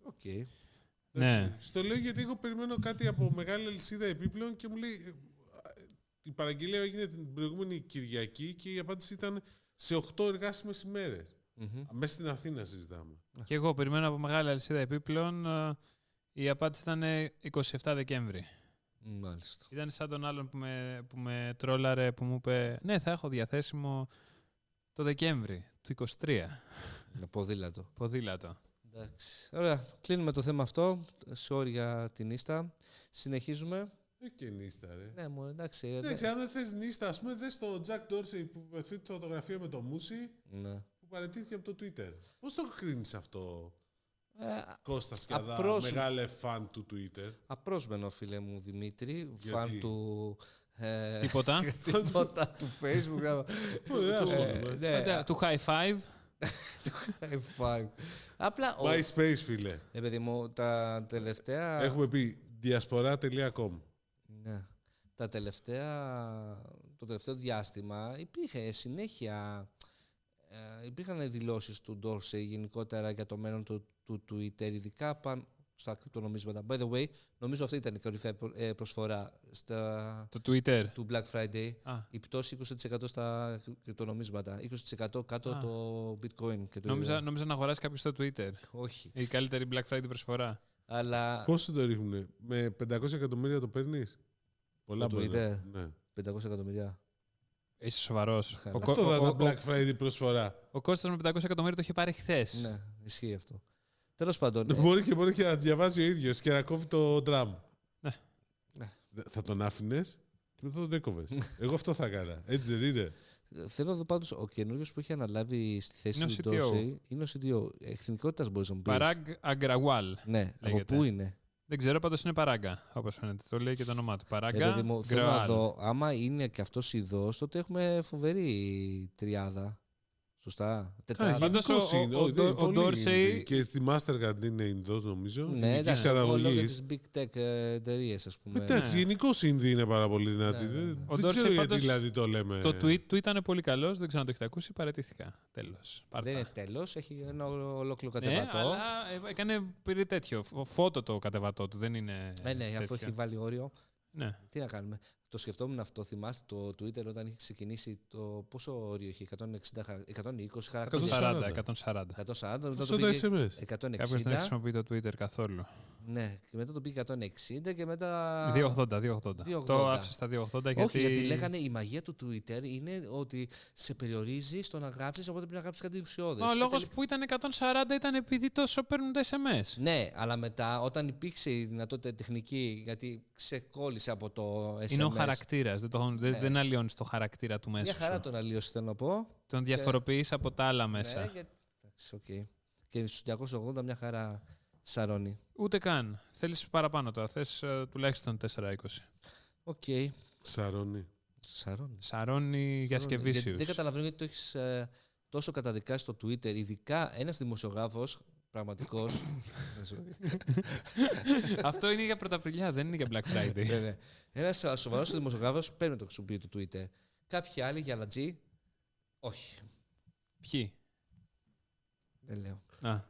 Speaker 3: Οκ.
Speaker 2: Ναι.
Speaker 1: Στο λέω γιατί εγώ περιμένω κάτι από μεγάλη αλυσίδα επίπλεον και μου λέει. ε, Η παραγγελία έγινε την προηγούμενη Κυριακή και η απάντηση ήταν σε 8 εργάσιμες ημέρες.
Speaker 3: Μμμ.
Speaker 1: Μέσα στην Αθήνα συζητάμε.
Speaker 2: Και εγώ περιμένω από μεγάλη αλυσίδα επίπλων. ε, Η απάντηση ήταν ε, 27 Δεκέμβρη.
Speaker 3: Μάλιστα.
Speaker 2: Ήταν σαν τον άλλον που με, που με τρόλαρε που μου είπε Ναι, θα έχω διαθέσιμο το Δεκέμβρη του 23.
Speaker 3: Με ποδήλατο.
Speaker 2: Ποδήλατο.
Speaker 3: Εντάξει. Ωραία. Κλείνουμε το θέμα αυτό. Sorry για την ίστα. Συνεχίζουμε.
Speaker 1: Ε, και νύστα, ρε.
Speaker 3: Ναι, μου εντάξει. ε,
Speaker 1: Εντάξει,
Speaker 3: δε-
Speaker 1: αν δεν θες νύστα, ας πούμε, δες το Jack Dorsey που βαφτεί τη φωτογραφία με το Μούσι
Speaker 3: Ναι.
Speaker 1: που παρετήθηκε από το Twitter. Πώς το κρίνεις αυτό,
Speaker 3: Ε,
Speaker 1: Κώστα Σκιαδά,
Speaker 3: Απρόσωπο.
Speaker 1: μεγάλε φαν του Twitter.
Speaker 3: απρόσμενο, φίλε μου Δημήτρη, φαν
Speaker 1: Γιατί?
Speaker 3: του. ε,
Speaker 2: Τίποτα.
Speaker 3: τίποτα του Facebook.
Speaker 1: Ωραία,
Speaker 3: Του-
Speaker 1: ασχολούμαι.
Speaker 3: ε, ναι,
Speaker 2: Μετά, του high five.
Speaker 3: High five. Απλά, ο,
Speaker 1: MySpace, φίλε.
Speaker 3: ρε παιδί μου, τα τελευταία...
Speaker 1: Έχουμε πει διασπορά.com.
Speaker 3: Ναι. Τα τελευταία... Το τελευταίο διάστημα υπήρχε συνέχεια... Ε, υπήρχαν δηλώσεις του Ντόρσε γενικότερα για το μέλλον του, του Twitter, ειδικά πάνω στα κρυπτονομίσματα. By the way, νομίζω αυτή ήταν η κορυφαία προ- ε, προσφορά στα,
Speaker 2: Το Twitter.
Speaker 3: του Black Friday.
Speaker 2: Α,
Speaker 3: Η πτώση 20% στα κρυπτονομίσματα, 20% κάτω
Speaker 2: Α.
Speaker 3: το bitcoin και το
Speaker 2: νόμιζα, νόμιζα να αγοράσει κάποιος το Twitter.
Speaker 3: Όχι.
Speaker 2: Η καλύτερη Black Friday προσφορά.
Speaker 3: Αλλά
Speaker 1: Πόσο το ρίχνουνε, με 500 εκατομμύρια το παίρνεις. Πολλά
Speaker 3: Το
Speaker 1: μπορεί να-
Speaker 3: Twitter.
Speaker 1: Ναι.
Speaker 3: 500 εκατομμυριά.
Speaker 2: Είσαι σοβαρός. Ο,
Speaker 3: Αυτό
Speaker 2: Κο-
Speaker 1: Αυτό θα
Speaker 2: ο,
Speaker 1: ήταν
Speaker 2: ο, ο,
Speaker 1: Black Friday προσφορά.
Speaker 2: ο Κώστας με 500 εκατομμύρια το είχε πάρει χθες.
Speaker 3: Ναι, ισχύει αυτό. Τέλος πάντων. ε,
Speaker 2: Ναι.
Speaker 3: Ναι.
Speaker 1: Μπορεί και μπορεί και να διαβάζει ο ίδιος και να κόβει το τραμ. Δε- Θα τον άφηνες και μετά τον έκοβες. Εγώ αυτό θα έκανα. Έτσι δεν είναι.
Speaker 3: ε, Θέλω να δω πάντως ο καινούριο που έχει αναλάβει στη θέση
Speaker 2: Είναι ο
Speaker 3: του
Speaker 2: CTO.
Speaker 3: Ντόρσεϊ είναι ο CTO. Εχθρικότητα μπορείς να μου πεις.
Speaker 2: Παράγκ Αγκραγουάλ.
Speaker 3: Ναι, από
Speaker 2: λέγεται.
Speaker 3: πού είναι.
Speaker 2: Δεν ξέρω, πάντως είναι παράγκα, όπως φαίνεται. Το λέει και το όνομά του.
Speaker 3: Ε,
Speaker 2: Παράγκα.
Speaker 3: παιδί μου, θέλω να
Speaker 2: Γκραουάλ.
Speaker 3: δω, άμα είναι και αυτός ειδό, τότε έχουμε φοβερή τριάδα. Σωστά.
Speaker 1: Α,
Speaker 3: Τετράδα.
Speaker 2: Ε, Πάντως ο-
Speaker 1: γενικός
Speaker 2: ο-
Speaker 1: είναι.
Speaker 2: ο-
Speaker 1: δεν είναι
Speaker 2: ο
Speaker 1: πολύ
Speaker 2: Dorsey-
Speaker 1: είναι. Και στη Mastercard είναι Ινδός, νομίζω.
Speaker 3: ναι,
Speaker 1: Ειδικής
Speaker 3: εντάξει, εγώ
Speaker 1: καταγωγή.
Speaker 3: λέω τι big tech εταιρείες, ας πούμε.
Speaker 1: Εντάξει,
Speaker 2: Ναι.
Speaker 1: γενικώς η Ινδία είναι πάρα πολύ δυνατή.
Speaker 3: Ναι, ναι, ναι.
Speaker 1: Δεν,
Speaker 2: Ο
Speaker 1: δεν ξέρω
Speaker 2: Dorsey
Speaker 1: γιατί
Speaker 2: πάντως-
Speaker 1: δηλαδή το λέμε.
Speaker 2: Το tweet του ήταν πολύ καλός, δεν ξέρω αν το έχετε ακούσει. Παρατήθηκα. Τέλο.
Speaker 3: Δεν είναι τέλος, έχει ένα ολόκληρο
Speaker 2: Ναι,
Speaker 3: κατεβατό.
Speaker 2: αλλά ε, έκανε πήρε τέτοιο. φω- Φώτο το κατεβατό του, δεν είναι.
Speaker 3: Ε, ναι, αυτό
Speaker 2: τέτοιο.
Speaker 3: έχει βάλει όριο.
Speaker 2: Ναι.
Speaker 3: Τι να κάνουμε. Το σκεφτόμουν αυτό. Θυμάστε το Twitter όταν είχε ξεκινήσει το πόσο όριο είχε, 160, χαρα- 120 χαρακτήρες.
Speaker 2: 140.
Speaker 1: 140.
Speaker 2: 140.
Speaker 3: 140, μετά το
Speaker 1: Στο τα
Speaker 3: πήγε
Speaker 1: SMS.
Speaker 3: 160.
Speaker 2: Κάποιο δεν χρησιμοποιεί το Twitter καθόλου.
Speaker 3: Ναι, και μετά το πήγε 160 και μετά.
Speaker 2: 280, 280.
Speaker 3: 280.
Speaker 2: Το άφησες στα 280 γιατί.
Speaker 3: Όχι, γιατί λέγανε η μαγεία του Twitter είναι ότι σε περιορίζει στο να γράψεις, οπότε πρέπει να γράψεις κάτι λοιπόν. ουσιώδες.
Speaker 2: Μα Ο λόγο που ήταν 140 ήταν επειδή τόσο παίρνουν τα SMS.
Speaker 3: Ναι, αλλά μετά όταν υπήρξε η δυνατότητα τεχνική, γιατί ξεκόλλησε από το SMS. Ναι.
Speaker 2: Είναι ο χαρακτήρας. Δεν, το- δεν, δεν αλλοιώνεις το χαρακτήρα του μέσου.
Speaker 3: Μια χαρά
Speaker 2: σου.
Speaker 3: τον αλλίωση θέλω να πω.
Speaker 2: Τον διαφοροποιείς από τα άλλα μέσα.
Speaker 3: Ναι, γιατί- εντάξει, οκ. Και στους 280 μια χαρά σαρώνει.
Speaker 2: Ούτε καν. Θέλεις παραπάνω τώρα. Θες τουλάχιστον 4,20.
Speaker 3: Οκ,
Speaker 1: Σαρώνει.
Speaker 3: σαρώνει.
Speaker 2: Σαρώνει για
Speaker 3: Δεν,
Speaker 2: σκευήσιου.
Speaker 3: δεν καταλαβαίνω γιατί το έχεις τόσο καταδικάσει στο Twitter, ειδικά ένας δημοσιογράφος πραγματικός.
Speaker 2: Αυτό είναι για Πρωταπριλιά, δεν είναι για Black
Speaker 3: ναι,
Speaker 2: Friday.
Speaker 3: ένα σοβαρός δημοσιογράφος παίρνει το χρησιμοποιεί του Twitter. Κάποιοι άλλοι για λατζή. Όχι,
Speaker 2: Ποιοι.
Speaker 3: δεν λέω.
Speaker 2: Α.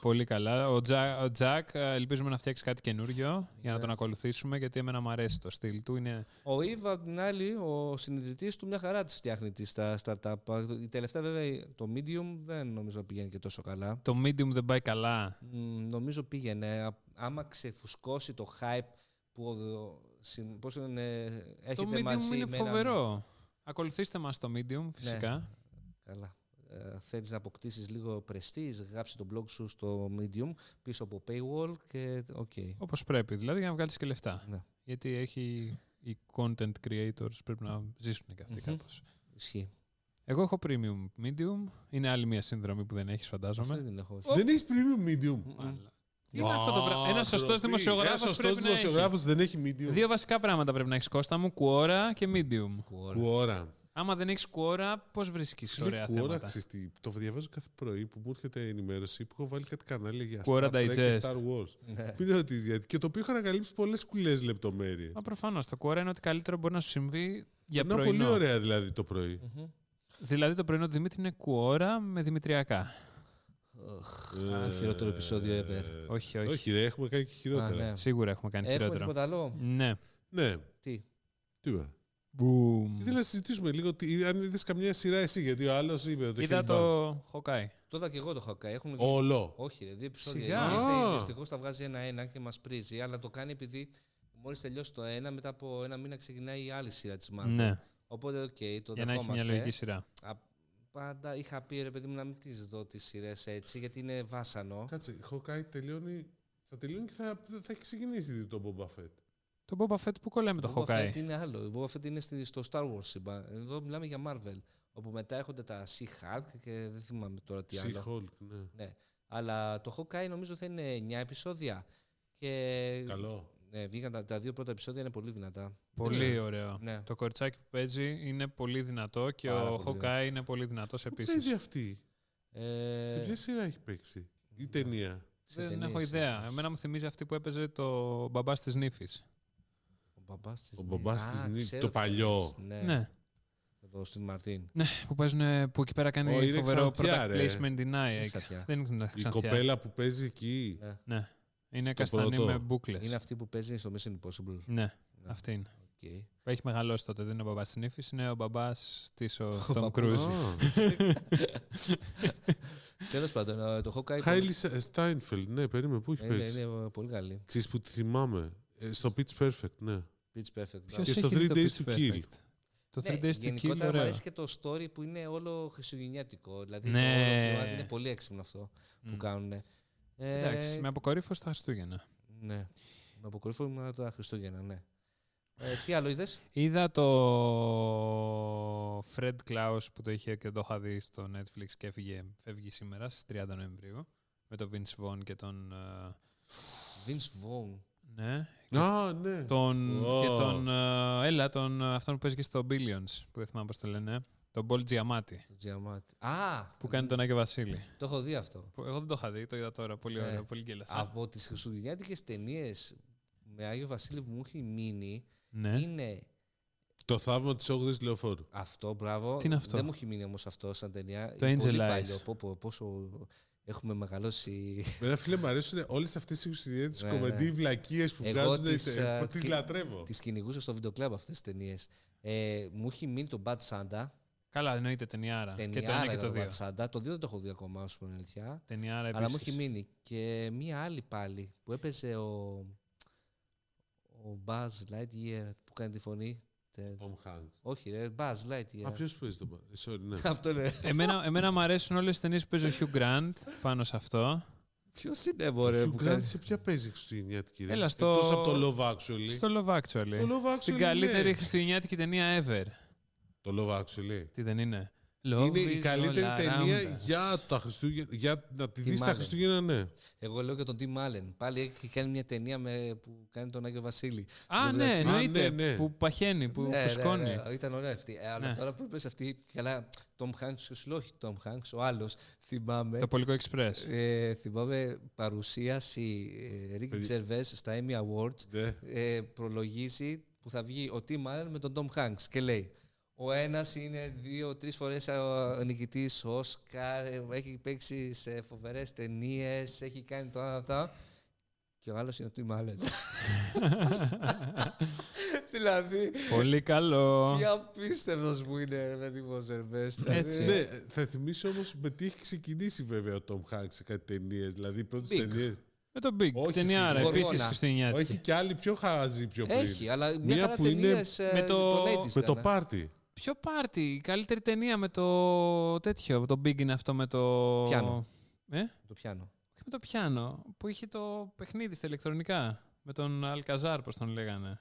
Speaker 2: Πολύ καλά. Ο, Τζα, ο Τζακ, ε, ελπίζουμε να φτιάξει κάτι καινούριο για
Speaker 3: Ναι.
Speaker 2: να τον ακολουθήσουμε, γιατί εμένα μου αρέσει το στυλ του. Είναι...
Speaker 3: Ο Ιβα, απ' την άλλη, ο συνειδητής του μια χαρά της φτιάχνει τη στα startup. Η τελευταία, βέβαια, το medium δεν νομίζω να πηγαίνει και τόσο καλά.
Speaker 2: Το medium δεν πάει καλά.
Speaker 3: Μ, Νομίζω πήγαινε. Α- Άμα ξεφουσκώσει το hype που ο- συν- πώς είναι,
Speaker 2: Το
Speaker 3: έχετε μαζί
Speaker 2: medium είναι
Speaker 3: με έναν- Ναι.
Speaker 2: φοβερό. Ακολουθήστε μας το medium, φυσικά.
Speaker 3: Καλά. Ε, θέλεις να αποκτήσεις λίγο πρεστής, γράψε το blog σου στο Medium πίσω από paywall και οκ.
Speaker 2: Όπως πρέπει, δηλαδή για να βγάλεις και λεφτά.
Speaker 3: Ναι.
Speaker 2: Γιατί έχει οι content creators πρέπει να ζήσουν και αυτοι
Speaker 3: Μμμ.
Speaker 2: κάπως.
Speaker 3: Ισχύει.
Speaker 2: Εγώ έχω premium medium. Είναι άλλη μια σύνδρομη που δεν έχεις φαντάζομαι.
Speaker 3: Αυτό δεν έχω.
Speaker 1: Δεν έχεις premium medium.
Speaker 2: Μάλλον. Είναι αυτό το πράγμα. Ένα σωστό δημοσιογράφος
Speaker 1: σωστός
Speaker 2: πρέπει να έχει.
Speaker 1: δημοσιογράφος δεν έχει medium.
Speaker 2: Δύο βασικά πράγματα πρέπει να έχεις Κώστα μου, κουόρα και medium.
Speaker 3: Quora.
Speaker 1: Κουόρα.
Speaker 2: Άμα δεν έχεις κουόρα, πώς βρίσκεις ωραία
Speaker 1: Λέει κουόρα,
Speaker 2: θέματα.
Speaker 1: ξέρεις τι, το διαβάζω κάθε πρωί που μου έρχεται ενημέρωση που έχω βάλει κάτι κανάλια για
Speaker 2: Quora
Speaker 1: Star Trek και
Speaker 2: Digest.
Speaker 1: Star Wars.
Speaker 3: Ναι.
Speaker 1: Που είναι ότι- γιατί- και το οποίο έχω ανακαλύψει πολλές κουλές λεπτομέρειες.
Speaker 2: Μα προφανώς το κουόρα είναι ότι καλύτερο μπορεί να σου συμβεί για
Speaker 1: Είναι
Speaker 2: πρωινό.
Speaker 1: πολύ ωραία δηλαδή το πρωί.
Speaker 2: Δηλαδή το πρωινό του Δημήτρη είναι κουόρα με δημητριακά.
Speaker 3: Το χειρότερο επεισόδιο ever.
Speaker 2: όχι, όχι.
Speaker 1: Ε, Όχι, ρε, έχουμε κάνει και
Speaker 3: Α, ναι.
Speaker 1: χειρότερα.
Speaker 2: Σίγουρα έχουμε κάνει
Speaker 3: Έχουμε
Speaker 2: χειρότερο.
Speaker 3: τίποτα άλλο.
Speaker 2: Ναι.
Speaker 1: Ναι.
Speaker 3: Τι.
Speaker 1: Τι είπα.
Speaker 2: Μπουμ.
Speaker 1: Ήθελα να συζητήσουμε λίγο τι- αν είδες καμιά σειρά εσύ, γιατί ο άλλος είπε. Το
Speaker 2: Είδα
Speaker 1: Hellbound.
Speaker 2: το Χοκάι.
Speaker 3: Τώρα και εγώ το έχω κάνει. Έχουν δύο-
Speaker 1: Όλο.
Speaker 3: Όχι, ρε, δύο επεισόδια.
Speaker 2: Σιγά.
Speaker 1: Α.
Speaker 3: Δυστυχώς τα βγάζει ένα-ένα και μας πρίζει, αλλά το κάνει επειδή μόλις τελειώσει το ένα, μετά από ένα μήνα ξεκινάει η άλλη σειρά της Marvel.
Speaker 2: Ναι.
Speaker 3: Οπότε, οκ, το
Speaker 2: Για να έχει μια
Speaker 3: δεχόμαστε.
Speaker 2: λογική σειρά.
Speaker 3: Α, πάντα είχα πει ρε παιδί μου να μην τις δω τις σειρές έτσι, γιατί είναι βάσανο.
Speaker 1: Κάτσε, Hawkeye τελειώνει. Θα τελειώνει και θα, θα έχει ξεκινήσει ήδη το Boba Fett.
Speaker 2: Το Boba Fett που κολλάει με το
Speaker 3: Ο Boba Fett
Speaker 2: Χοκάι.
Speaker 3: είναι άλλο. Ο Boba Fett είναι στη- στο Star Wars. είπα. Εδώ μιλάμε για Marvel. Όπου μετά έρχονται τα She-Hulk και δεν θυμάμαι τώρα τι άλλο.
Speaker 1: She-Hulk, ναι.
Speaker 3: Ναι. Αλλά το Hawkeye νομίζω θα είναι 9 επεισόδια. Και
Speaker 1: Καλό.
Speaker 3: Ναι, βγήκαν τα, τα δύο πρώτα επεισόδια, είναι πολύ δυνατά.
Speaker 2: Πολύ ωραίο.
Speaker 3: Ναι.
Speaker 2: Το κοριτσάκι που παίζει είναι πολύ δυνατό και
Speaker 3: Πάρα
Speaker 2: ο
Speaker 3: πολύ
Speaker 2: Χοκάι είναι πολύ δυνατός επίσης.
Speaker 1: Παίζει αυτή.
Speaker 3: Ε, Ναι.
Speaker 1: Σε ποια σειρά έχει παίξει η ταινία.
Speaker 3: σε
Speaker 2: Δεν
Speaker 3: ταινίες,
Speaker 2: έχω ιδέα. Εμένα μου θυμίζει αυτή που έπαιζε το μπαμπά της νύφης.
Speaker 3: Ο μπαμπάς της
Speaker 1: Ο μπαμπάς της Νίκης, το παλιό.
Speaker 3: Ναι.
Speaker 2: Ναι.
Speaker 3: ναι. Εδώ στην Μαρτίν.
Speaker 2: Που, παίζουνε- που εκεί πέρα κάνει
Speaker 1: Ω, είναι
Speaker 2: φοβερό
Speaker 1: ξανθιά,
Speaker 2: product
Speaker 1: ρε.
Speaker 2: placement in
Speaker 3: Είναι
Speaker 2: Nike.
Speaker 3: ξαφιά.
Speaker 2: Δεν είναι
Speaker 1: Η
Speaker 2: ξανθιά.
Speaker 1: κοπέλα που παίζει εκεί.
Speaker 3: Ναι.
Speaker 2: Ναι. Είναι
Speaker 1: Στο
Speaker 2: καστανή
Speaker 1: πρώτο.
Speaker 2: με μπουκλες.
Speaker 3: Είναι αυτή που παίζει στο Mission Impossible.
Speaker 2: Ναι, αυτή είναι.
Speaker 3: Okay.
Speaker 2: Που έχει μεγαλώσει τότε. Δεν είναι ο μπαμπάς της νύφης, είναι ο μπαμπάς της ο Τόμ
Speaker 3: παππούς.
Speaker 2: Κρούζ.
Speaker 1: Α,
Speaker 3: Τέλος πάντων, ε, το Hawkeye.
Speaker 1: Χάιλι Στάινφελντ, ναι, περίμενε, πού έχει
Speaker 3: Είναι,
Speaker 1: παίξει.
Speaker 3: είναι ε, πολύ καλή.
Speaker 1: Ξέρεις που τη θυμάμαι. Ε, Στο Pitch Perfect, ναι.
Speaker 3: Pitch Perfect.
Speaker 2: Ποιος
Speaker 1: Και στο Three Days to Kill.
Speaker 2: Το 3
Speaker 3: Ναι,
Speaker 2: Days to Kill,
Speaker 3: γενικότερα μου
Speaker 2: ωραίο.
Speaker 3: αρέσει και το story που είναι όλο χριστουγεννιάτικο. Δηλαδή
Speaker 2: Ναι. Mm.
Speaker 3: το όλο κομμάτι είναι πολύ έξυπνο αυτό που
Speaker 2: Μμ.
Speaker 3: κάνουν.
Speaker 2: Εντάξει, με αποκορύφωση τα Χριστούγεννα.
Speaker 3: Ναι. Με αποκορύφωμα τα Χριστούγεννα, ναι. Ε, τι άλλο είδες.
Speaker 2: Είδα το Fred Klaus που το είχε και το είχα δει στο Netflix και έφυγε, φεύγει σήμερα στις 30 Νοεμβρίου με τον Vince Vaughn και τον... ε,
Speaker 3: Vince Vaughn.
Speaker 2: Ναι.
Speaker 1: Α, ναι.
Speaker 2: Τον,
Speaker 1: Ω.
Speaker 2: Και τον... ε, έλα, τον, ε, αυτόν που παίζει και στο Billions, που δεν θυμάμαι πώς το λένε. Τον Paul Giamatti,
Speaker 3: Το Giamatti. Α!
Speaker 2: που κάνει τον Άκη Βασίλη.
Speaker 3: Το έχω δει αυτό.
Speaker 2: Που- Εγώ δεν το είχα δει, το είδα τώρα. Πολύ
Speaker 3: Ναι.
Speaker 2: ωραίο, πολύ γέλασα.
Speaker 3: Από τις χριστουγεννιάτικες ταινίες με Άγιο Βασίλη που μου έχει μείνει
Speaker 2: ναι.
Speaker 3: είναι
Speaker 1: Το θαύμα της 8η λεωφόρου.
Speaker 3: αυτό, μπράβο.
Speaker 2: Τι είναι αυτό?
Speaker 3: Δεν μου έχει μείνει όμως αυτό σαν ταινία.
Speaker 2: Το
Speaker 3: Είναι
Speaker 2: Angel
Speaker 3: πολύ
Speaker 2: Eyes.
Speaker 3: παλιό. Πω, πω, πόσο έχουμε μεγαλώσει.
Speaker 1: Εμένα φίλε μου αρέσουν όλες αυτές οι ουσιαίε τη
Speaker 3: Ναι,
Speaker 1: κομμεντή
Speaker 3: ναι.
Speaker 1: βλακίες που
Speaker 3: Εγώ
Speaker 1: βγάζουν.
Speaker 3: τις, ε,
Speaker 1: Τις
Speaker 3: τι-
Speaker 1: λατρεύω.
Speaker 3: τις κυνηγούσα στο βιντεοκλαμπ αυτές τις ταινίες. Ε, μου έχει μείνει το Bad Santa.
Speaker 2: Καλά, εννοείται ταινιάρα.
Speaker 3: Ταινιάρα
Speaker 2: και το ένα και
Speaker 3: ήταν
Speaker 2: το δύο.
Speaker 3: Bad Santa. Το δύο δεν το έχω δει ακόμα, ας πούμε, αλήθεια.
Speaker 2: Ταινιάρα επίσης.
Speaker 3: Αλλά μου έχει μείνει. Και μία άλλη πάλι που έπαιζε ο. Ο Buzz Lightyear που κάνει τη φωνή. Τε-
Speaker 1: Tom Hanks.
Speaker 3: Όχι, ρε, Buzz
Speaker 1: Α,
Speaker 3: Lightyear.
Speaker 1: ποιος παίζει τον. Ba- Sorry, ναι.
Speaker 3: Αυτό είναι.
Speaker 2: Εμένα, εμένα μου αρέσουν όλες τις ταινίες που παίζει ο Hugh Grant πάνω σε αυτό.
Speaker 3: Ποιος είναι, μωρέ,
Speaker 1: Hugh
Speaker 3: που
Speaker 1: Grant
Speaker 3: κάνει.
Speaker 1: σε ποια παίζει χριστουγεννιάτικη ρε.
Speaker 2: Έλα, στο-
Speaker 1: Εκτός από το Love Actually.
Speaker 2: Στο Love Actually.
Speaker 1: Το Love Actually,
Speaker 2: Στην καλύτερη
Speaker 1: ναι.
Speaker 2: χριστουγεννιάτικη ταινία ever.
Speaker 1: Το Love Actually.
Speaker 2: Τι δεν είναι.
Speaker 1: είναι η
Speaker 2: is
Speaker 1: καλύτερη
Speaker 2: all
Speaker 1: ταινία
Speaker 3: ναι,
Speaker 2: around us.
Speaker 1: για τα Χριστούγεννα. Για να τη δεις τα
Speaker 3: μάλλον.
Speaker 1: Χριστούγεννα, ναι.
Speaker 3: Εγώ λέω και τον Tim Allen. Πάλι έχει κάνει μια ταινία με, που κάνει τον Άγιο Βασίλη.
Speaker 2: Α, ναι,
Speaker 1: Α,
Speaker 2: εννοείται.
Speaker 1: ναι, ναι.
Speaker 2: Που παχαίνει, που
Speaker 3: Ναι, ναι,
Speaker 2: φουσκώνει.
Speaker 3: ναι, ήταν ωραία αυτή. Ε, αλλά
Speaker 2: Ναι.
Speaker 3: τώρα που είπες αυτή, καλά, Tom Hanks, ο συλλόγο Tom Hanks, ο άλλος, θυμάμαι.
Speaker 2: Το Πολικό Express.
Speaker 3: Ε, θυμάμαι παρουσίαση ε, Ricky Gervais στα Emmy Awards
Speaker 1: Ναι.
Speaker 3: ε, προλογίζει που θα βγει ο Tim Allen με τον Tom Hanks και λέει ο ένας είναι δύο-τρεις φορές α, νικητής Όσκαρ, ε, έχει παίξει σε φοβερές ταινίες, έχει κάνει το ένα αυτό και ο άλλος είναι ο Tim Allen. δηλαδή,
Speaker 2: Πολύ καλό.
Speaker 3: τι απίστευτος που είναι ρε παιδί μου ο Gervais.
Speaker 2: Έτσι.
Speaker 3: δηλαδή.
Speaker 1: Ναι, θα θυμίσω όμως με τι έχει ξεκινήσει βέβαια ο Tom Hanks σε κάτι ταινίες. Δηλαδή οι πρώτες
Speaker 3: Big.
Speaker 1: ταινίες.
Speaker 2: Με τον Big.
Speaker 1: Όχι,
Speaker 2: ταινιάρα
Speaker 3: Γοργόνα.
Speaker 2: επίση χριστουγεννιάτικη.
Speaker 1: Όχι και άλλοι πιο χαζοί πιο πριν.
Speaker 3: Έχει, αλλά μια,
Speaker 1: Μία
Speaker 3: χαρά
Speaker 1: που είναι
Speaker 3: ταινίες, ε,
Speaker 2: με το-
Speaker 3: των 80s
Speaker 1: Με
Speaker 3: ήταν,
Speaker 1: το
Speaker 3: ε.
Speaker 1: πάρτι.
Speaker 2: Ποιο πάρτι, η καλύτερη ταινία με το τέτοιο, το Big είναι αυτό με το...
Speaker 3: Πιάνο.
Speaker 2: Ε, όχι
Speaker 3: Το πιάνω.
Speaker 2: με το πιάνο, που είχε το παιχνίδι στα ηλεκτρονικά, με τον Αλκαζάρ, πώς τον λέγανε.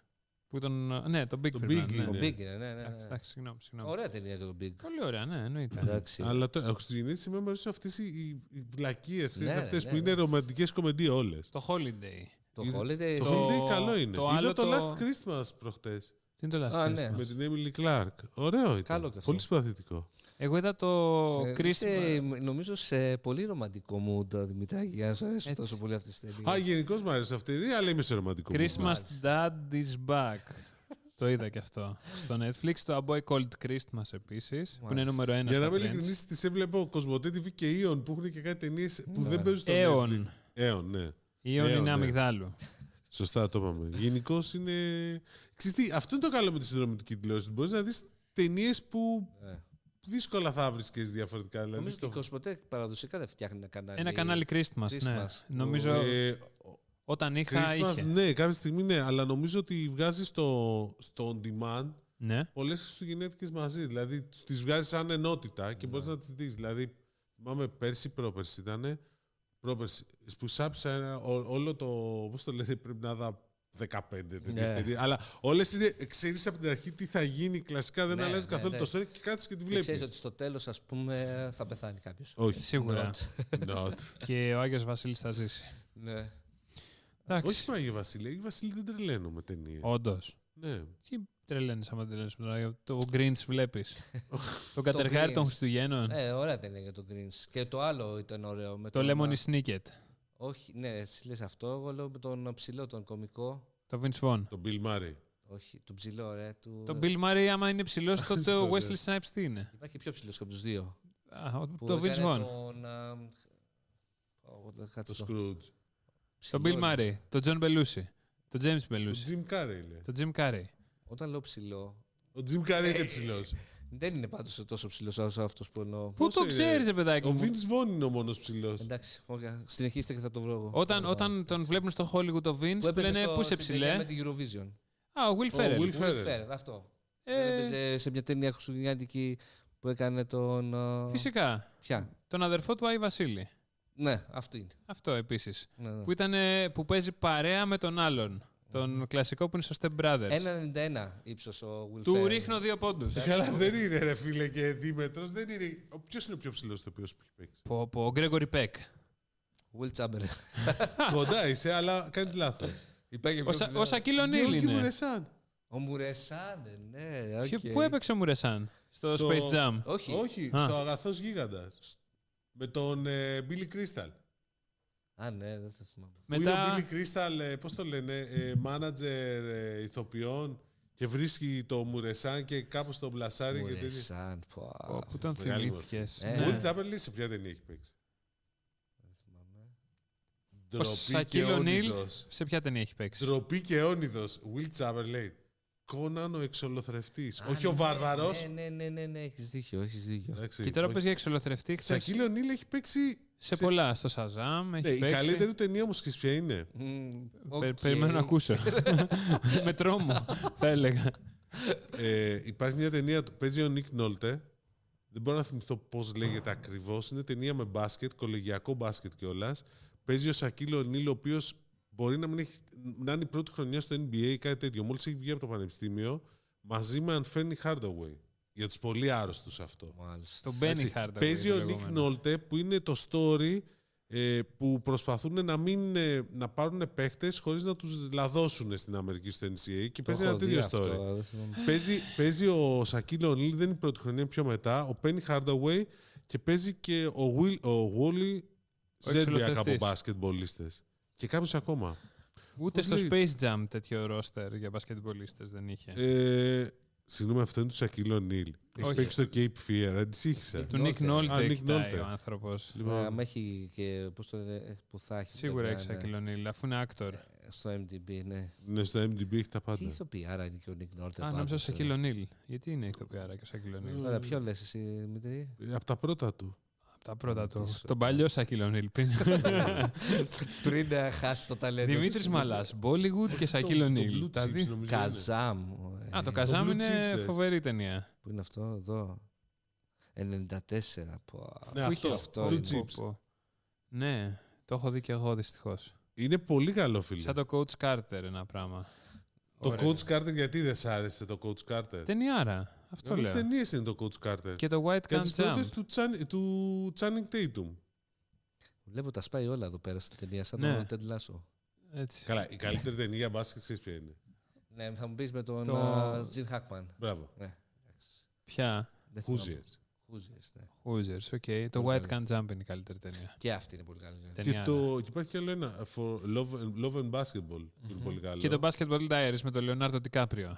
Speaker 2: Που τον... Ναι, το Big
Speaker 1: Το
Speaker 2: Big
Speaker 1: Big
Speaker 2: ναι.
Speaker 1: είναι.
Speaker 3: Το Big είναι, ναι, ναι.
Speaker 2: Εντάξει,
Speaker 3: ναι.
Speaker 2: εντάξει, συγγνώμη, συγγνώμη.
Speaker 3: Ωραία ταινία και το Big.
Speaker 2: Πολύ ωραία, ναι, εννοείται.
Speaker 3: Εντάξει.
Speaker 1: Αλλά το Χριστουγεννιάτικη σήμερα μου αρέσουν αυτέ οι, οι, οι βλακίες
Speaker 3: Ναι, ρε,
Speaker 1: αυτές
Speaker 3: ναι,
Speaker 1: που είναι
Speaker 3: ναι.
Speaker 1: ρομαντικέ κομμεντίε όλες.
Speaker 2: το Holiday.
Speaker 3: Ε, Το
Speaker 1: Είδε-
Speaker 3: Holiday.
Speaker 1: Το
Speaker 2: Το-
Speaker 1: Holiday καλό είναι.
Speaker 2: το
Speaker 1: Είδα
Speaker 2: άλλο
Speaker 1: το,
Speaker 2: το-
Speaker 1: Last Christmas προχτές.
Speaker 2: Τι είναι το Last
Speaker 3: Α,
Speaker 2: Christmas?
Speaker 3: ναι.
Speaker 1: Με την Emily Clark. Ωραίο ήταν.
Speaker 3: Καλό και αυτό.
Speaker 1: Πολύ συμπαθητικό.
Speaker 2: Εγώ είδα το
Speaker 3: Ε,
Speaker 2: Christmas...
Speaker 3: Είσαι, νομίζω σε πολύ ρομαντικό μου το Δημητράκη. Για να σου αρέσουν
Speaker 2: Έτσι.
Speaker 3: τόσο πολύ αυτέ τι
Speaker 1: Α,
Speaker 3: ταινίε.
Speaker 1: γενικώς μου αρέσει αυτή η ιδέα, αλλά είμαι σε ρομαντικό. mood.
Speaker 2: Christmas
Speaker 3: Μάλιστα.
Speaker 2: Dad is back. το είδα και αυτό στο Netflix. Το A Boy Called Christmas επίσης, που είναι
Speaker 3: Μάλιστα.
Speaker 2: νούμερο ένα
Speaker 1: Για να
Speaker 2: στα
Speaker 1: είμαι
Speaker 2: trends.
Speaker 1: ειλικρινής, τις έβλεπω Κοσμοτέ TV και Aeon που έχουν και κάτι ταινίες που
Speaker 3: Ναι.
Speaker 1: δεν παίζουν στο Netflix.
Speaker 2: Aeon.
Speaker 1: Aeon, ναι.
Speaker 2: Ιον
Speaker 1: Aeon,
Speaker 2: είναι
Speaker 1: ναι.
Speaker 2: αμυγδάλου.
Speaker 1: Σωστά το είπαμε. Γενικώς είναι. Ξέρεις τι, αυτό είναι το καλό με τη συνδρομητική τηλεόραση. Μπορείς να δεις ταινίες που
Speaker 3: Ε.
Speaker 1: δύσκολα θα βρίσκει διαφορετικά. Δηλαδή,
Speaker 3: Νομίζω ότι
Speaker 1: στο-
Speaker 3: η Κοσμοτέ παραδοσιακά δεν φτιάχνει ένα κανάλι.
Speaker 2: Ένα κανάλι Christmas, ναι.
Speaker 3: Ε, Christmas.
Speaker 2: Νομίζω
Speaker 1: Ε,
Speaker 2: όταν είχα,
Speaker 1: Christmas,
Speaker 2: είχε.
Speaker 1: ναι, κάποια στιγμή ναι, αλλά νομίζω ότι βγάζεις στο, στο on demand
Speaker 2: Ναι.
Speaker 1: πολλές χριστουγεννιάτικε μαζί. Δηλαδή τις βγάζεις σαν ενότητα και
Speaker 3: Ναι.
Speaker 1: μπορείς να τις δεις. Δηλαδή, θυμάμαι πέρσι, πρόπερσι ήταν. Πρόπερσι, που σάψα ένα- ό- όλο το. Πώς το λένε, πρέπει να δω 15 τέτοιες
Speaker 3: Ναι.
Speaker 1: ταινίες. Αλλά όλες είναι, ξέρεις από την αρχή τι θα γίνει κλασικά, δεν
Speaker 3: Ναι,
Speaker 1: αλλάζει
Speaker 3: ναι,
Speaker 1: καθόλου
Speaker 3: ναι.
Speaker 1: το story και κάτσε και τη
Speaker 3: Και
Speaker 1: βλέπεις.
Speaker 3: ξέρεις ότι στο τέλος, ας πούμε, θα πεθάνει κάποιος.
Speaker 1: Όχι.
Speaker 2: Σίγουρα.
Speaker 1: Not.
Speaker 2: και ο Άγιος Βασίλης θα ζήσει.
Speaker 3: Ναι.
Speaker 2: Εντάξει.
Speaker 1: Όχι με Άγιος Βασίλη. Άγιος Βασίλη δεν τρελαίνω με ταινίες.
Speaker 2: Όντως.
Speaker 1: Ναι.
Speaker 2: Τι τρελαίνεις άμα τρελαίνεις με τον Άγιο. Το Grinch βλέπεις. τον κατεργάρι των
Speaker 3: Grinch.
Speaker 2: Χριστουγέννων.
Speaker 3: Ε, ωραία ταινία για τον Grinch. Και το άλλο ήταν ωραίο. Με
Speaker 2: το
Speaker 3: τον-
Speaker 2: Lemony Snicket.
Speaker 3: Όχι, ναι, εσύ λες αυτό. Εγώ λέω με τον ψηλό, τον κωμικό.
Speaker 2: Το Vince Vaughn.
Speaker 1: Τον Bill Murray.
Speaker 3: Όχι, τον ψηλό, ρε. Του...
Speaker 2: Το Bill Murray άμα είναι ψηλός τότε
Speaker 1: Στο
Speaker 2: ο
Speaker 1: λέω.
Speaker 2: Wesley Snipes τι είναι.
Speaker 3: Υπάρχει πιο ψηλός και από τους δύο.
Speaker 2: Α, ο-
Speaker 3: Που
Speaker 2: το Vince
Speaker 3: έκανε
Speaker 2: Vaughn.
Speaker 3: Τον, α, μ, ο- ο- κάτσε
Speaker 1: Το
Speaker 3: το.
Speaker 1: Scrooge.
Speaker 2: Το
Speaker 3: Ψηλό,
Speaker 2: Bill
Speaker 3: ρε.
Speaker 2: Murray. Το John Belushi. Το James
Speaker 1: Ο
Speaker 2: Belushi.
Speaker 1: Jim Carrey λέει.
Speaker 2: Το Jim Carrey.
Speaker 3: Όταν λέω ψηλό,
Speaker 1: Ο Jim Carrey
Speaker 3: Ε,
Speaker 1: είναι ψηλός.
Speaker 3: δεν είναι πάντως τόσο ψηλός όσο αυτός που εννοώ.
Speaker 2: Πού
Speaker 1: Πόσο
Speaker 2: το
Speaker 1: είναι?
Speaker 2: ξέρεις, ρε παιδάκι
Speaker 3: ε,
Speaker 1: Ο
Speaker 2: μου.
Speaker 1: Vince Vaughn είναι ο μόνος ψηλός.
Speaker 3: Εντάξει, όχι, συνεχίστε και θα το βρω εγώ.
Speaker 2: Όταν,
Speaker 3: Ωραία.
Speaker 2: όταν τον βλέπουν στο Hollywood το Vince, του
Speaker 3: έπαιζε
Speaker 2: λένε
Speaker 3: στο-
Speaker 2: πού είσαι
Speaker 3: στην
Speaker 2: ψηλέ.
Speaker 3: ταινία Με την Eurovision.
Speaker 2: Α, ο Will
Speaker 1: Ο
Speaker 2: Ferrell.
Speaker 1: Will
Speaker 3: Will
Speaker 1: Ferrell.
Speaker 3: Ferrell, αυτό.
Speaker 2: Ε,
Speaker 3: Δεν έπαιζε σε μια ταινία χριστουγεννιάτικη που έκανε τον. α,
Speaker 2: φυσικά.
Speaker 3: Ποια.
Speaker 2: Τον αδερφό του Άι Βασίλη.
Speaker 3: Ναι, αυτό είναι.
Speaker 2: Αυτό επίσης.
Speaker 3: Ναι, ναι.
Speaker 2: Που, ήταν, ε, που παίζει παρέα με τον άλλον.
Speaker 3: Ναι.
Speaker 2: Τον κλασικό που είναι στο Step Brothers.
Speaker 3: 1,91 ύψος ο Will
Speaker 2: Του
Speaker 3: Ferrell. Ε.
Speaker 2: ρίχνω δύο πόντους.
Speaker 1: Καλά, δεν είναι ρε φίλε και δίμετρος. Δεν είναι. Ποιος είναι ο πιο ψηλός το οποίος που έχει παίξει.
Speaker 2: Πω, πω, ο Γκρέγορι Πέκ.
Speaker 3: Will Chamberlain.
Speaker 1: Κοντά είσαι, αλλά κάνεις λάθος.
Speaker 3: Υπάρχει
Speaker 2: Ο,
Speaker 3: πιο
Speaker 2: Σα,
Speaker 3: ψηλό.
Speaker 2: ο Σακίλ Ονίλ
Speaker 1: Και
Speaker 2: είναι.
Speaker 1: Μουρεσάν.
Speaker 3: Ο Μουρεσάνε, ναι. οκ.
Speaker 2: Ποιο- Πού έπαιξε ο Μουρεσάν, στο,
Speaker 1: Στο-
Speaker 2: Space Jam.
Speaker 3: Όχι.
Speaker 1: Όχι,
Speaker 2: Α.
Speaker 1: στο αγαθός γίγαντας. Με τον ε, Billy Crystal.
Speaker 3: Α, ναι, δεν θα θυμάμαι.
Speaker 1: Που
Speaker 2: Μετά.
Speaker 1: είναι ο Billy Crystal, ε, πώς το λένε, ε, manager ε, ηθοποιών και βρίσκει το Μουρεσάν και κάπως τον πλασάρει και τέτοια.
Speaker 3: Μουρεσάν, πω, α,
Speaker 2: Πω, Πού τον Ναι.
Speaker 1: μεγάλη
Speaker 2: θυμήθηκες.
Speaker 3: Ε,
Speaker 1: Ο Will Chamberlain σε ποια ταινία έχει παίξει.
Speaker 3: δεν θυμάμαι.
Speaker 2: Ο
Speaker 1: Ντροπή και
Speaker 2: Σακίλ Ονίλ
Speaker 1: όνειδος.
Speaker 2: σε ποια ταινία έχει παίξει.
Speaker 1: Ντροπή και όνειδος. Will Chamberlain. Κόναν ο εξολοθρευτής.
Speaker 3: Α,
Speaker 1: Όχι ο
Speaker 3: ναι,
Speaker 1: βάρβαρος.
Speaker 3: Ναι, ναι, ναι, ναι, ναι, έχεις δίκιο, έχεις δίκιο.
Speaker 1: Εντάξει,
Speaker 2: Και τώρα
Speaker 1: όχι.
Speaker 2: πες για εξολοθρευτή. χθες
Speaker 1: Σακίλ Ονίλ έχει παίξει...
Speaker 2: Σε πολλά. Στο Σαζάμ έχει
Speaker 1: Ναι, η
Speaker 2: παίξει.
Speaker 1: καλύτερη ταινία μου σκέφτεσαι ποια είναι.
Speaker 3: Μμμ,
Speaker 2: Πε-
Speaker 3: οκ.
Speaker 2: Περιμένω να ακούσω. Με τρόμο, θα έλεγα.
Speaker 1: Ε, υπάρχει μια ταινία που παίζει ο Νίκ Νόλτε. Δεν μπορώ να θυμηθώ πώς λέγεται ακριβώς. Είναι ταινία με μπάσκετ, κολεγιακό μπάσκετ κιόλας. Παίζει ο Σακύλο Νίλ, ο οποίος μπορεί να, μην έχει, να είναι η πρώτη χρονιά στο NBA ή κάτι τέτοιο. Μόλις έχει βγει από το πανεπιστήμιο μαζί με Ανφέρνι Hardaway. Για τους πολύ άρρωστους αυτό.
Speaker 3: Μάλιστα.
Speaker 2: Το Μπένι
Speaker 1: Έτσι,
Speaker 2: Χάρτα.
Speaker 1: Παίζει ο Νίκ Νόλτε που είναι το story ε, που προσπαθούν να, μην, ε, να πάρουν παίχτες χωρίς να τους λαδώσουν στην Αμερική στο NCAA και
Speaker 3: Το
Speaker 1: παίζει
Speaker 3: έχω
Speaker 1: ένα
Speaker 3: δει
Speaker 1: τέτοιο
Speaker 3: αυτό,
Speaker 1: story.
Speaker 3: δεν θυμάμαι.
Speaker 1: Παίζει, παίζει ο Σακίλ Ονίλ, δεν είναι η πρώτη χρονιά, πιο μετά. Ο Πένι Χάρνταουέι και παίζει και ο, Will, ο Wally Ζέρμπιακ από
Speaker 2: εξολοθρευτής.
Speaker 1: μπάσκετμπολίστες. Και κάποιο ακόμα.
Speaker 2: Ούτε στο
Speaker 1: Πολύ.
Speaker 2: Space Jam τέτοιο ρόστερ για μπασκετμπολίστες δεν είχε.
Speaker 1: Ε, συγγνώμη, αυτό είναι του Σακίλ Ονίλ. Έχει
Speaker 2: Όχι.
Speaker 1: παίξει στο Cape Fear, αντισύχησα.
Speaker 2: Του Νίκ
Speaker 3: Νόλτε.
Speaker 1: Α,
Speaker 2: Νόλτε
Speaker 1: Nick
Speaker 2: κοιτάει
Speaker 1: Nolte.
Speaker 2: ο άνθρωπος.
Speaker 1: Λοιπόν,
Speaker 3: Ε, άμα έχει και πώς το λένε, που θα έχει.
Speaker 2: Σίγουρα έχει
Speaker 3: βέβαια, ναι.
Speaker 2: σακυλονίλ, αφού είναι actor.
Speaker 3: Ε, Στο MDB, ναι.
Speaker 1: ναι, στο MDB έχει τα
Speaker 3: Τι
Speaker 1: πάντα.
Speaker 3: ηθοποιάρα είναι και ο Νίκ
Speaker 2: Α,
Speaker 3: Νόρτε.
Speaker 2: νόμιζα ο
Speaker 3: ναι.
Speaker 2: σακυλονίλ. Γιατί είναι ηθοποιάρα και
Speaker 1: Ε,
Speaker 2: ο σακυλονίλ.
Speaker 3: Ωραία, ε. ποιο λες εσύ, Δημήτρη.
Speaker 1: Ε, Από τα πρώτα του.
Speaker 2: Από τα πρώτα του.
Speaker 3: Νομίζω.
Speaker 2: Τον παλιό σακυλονίλ.
Speaker 3: Πριν να χάσει το ταλέντο.
Speaker 2: Δημήτρης Μαλάς, Bollywood και
Speaker 1: Το- το
Speaker 2: σακυλονίλ.
Speaker 1: Blue Chips, νομίζω είναι.
Speaker 3: Καζάμ.
Speaker 2: Α, το
Speaker 1: Blue
Speaker 2: Καζάμ
Speaker 1: Chips
Speaker 2: είναι
Speaker 1: θες.
Speaker 2: φοβερή ταινία.
Speaker 3: Πού είναι αυτό, εδώ. 94. Πω.
Speaker 1: Ναι,
Speaker 2: Πού
Speaker 1: αυτό.
Speaker 2: είχες-
Speaker 1: αυτό.
Speaker 3: αυτό, λοιπόν.
Speaker 1: Blue
Speaker 2: Πω, πω,
Speaker 1: Chips.
Speaker 2: πω. Ναι, το έχω δει και εγώ δυστυχώς.
Speaker 1: Είναι πολύ καλό, φίλε.
Speaker 2: Σαν το Coach Carter ένα πράγμα.
Speaker 1: Το
Speaker 2: Ωραία.
Speaker 1: Coach Carter, γιατί δεν σ' άρεσε το Coach Carter.
Speaker 2: Ταινιάρα. Αυτό
Speaker 1: Όλες
Speaker 2: λέω.
Speaker 1: τις ταινίες είναι το Coach Carter.
Speaker 2: Και το White
Speaker 1: Και
Speaker 2: Can
Speaker 1: τις
Speaker 2: Jump.
Speaker 1: πρώτες του Chan- του Channing Tatum.
Speaker 3: Βλέπω τα σπάει όλα εδώ πέρα στην ταινία, σαν
Speaker 2: Ναι.
Speaker 3: τον Τεντ Λάσο.
Speaker 2: Έτσι.
Speaker 1: Καλά, η καλύτερη ταινία για μπάσκετ ξέρεις ποια είναι.
Speaker 3: Ναι, θα μου πεις με τον
Speaker 2: Το-
Speaker 3: α, Τζιν Χάκμαν.
Speaker 1: Μπράβο.
Speaker 2: Ποια.
Speaker 3: Δεν θυμάμαι.
Speaker 1: Κούζιες.
Speaker 3: Χούζιες, ναι.
Speaker 2: Hoosiers, οκ. Το
Speaker 3: Πολύ
Speaker 2: White Can
Speaker 3: καλή.
Speaker 2: Jump είναι η καλύτερη ταινία.
Speaker 3: Και αυτή είναι πολύ καλή.
Speaker 1: Και,
Speaker 2: Ταινιάρα.
Speaker 1: το, και υπάρχει και άλλο ένα. For love, and, love and Basketball. που Είναι πολύ καλό.
Speaker 2: Και το Basketball Diaries με τον Λεωνάρντο Τικάπριο.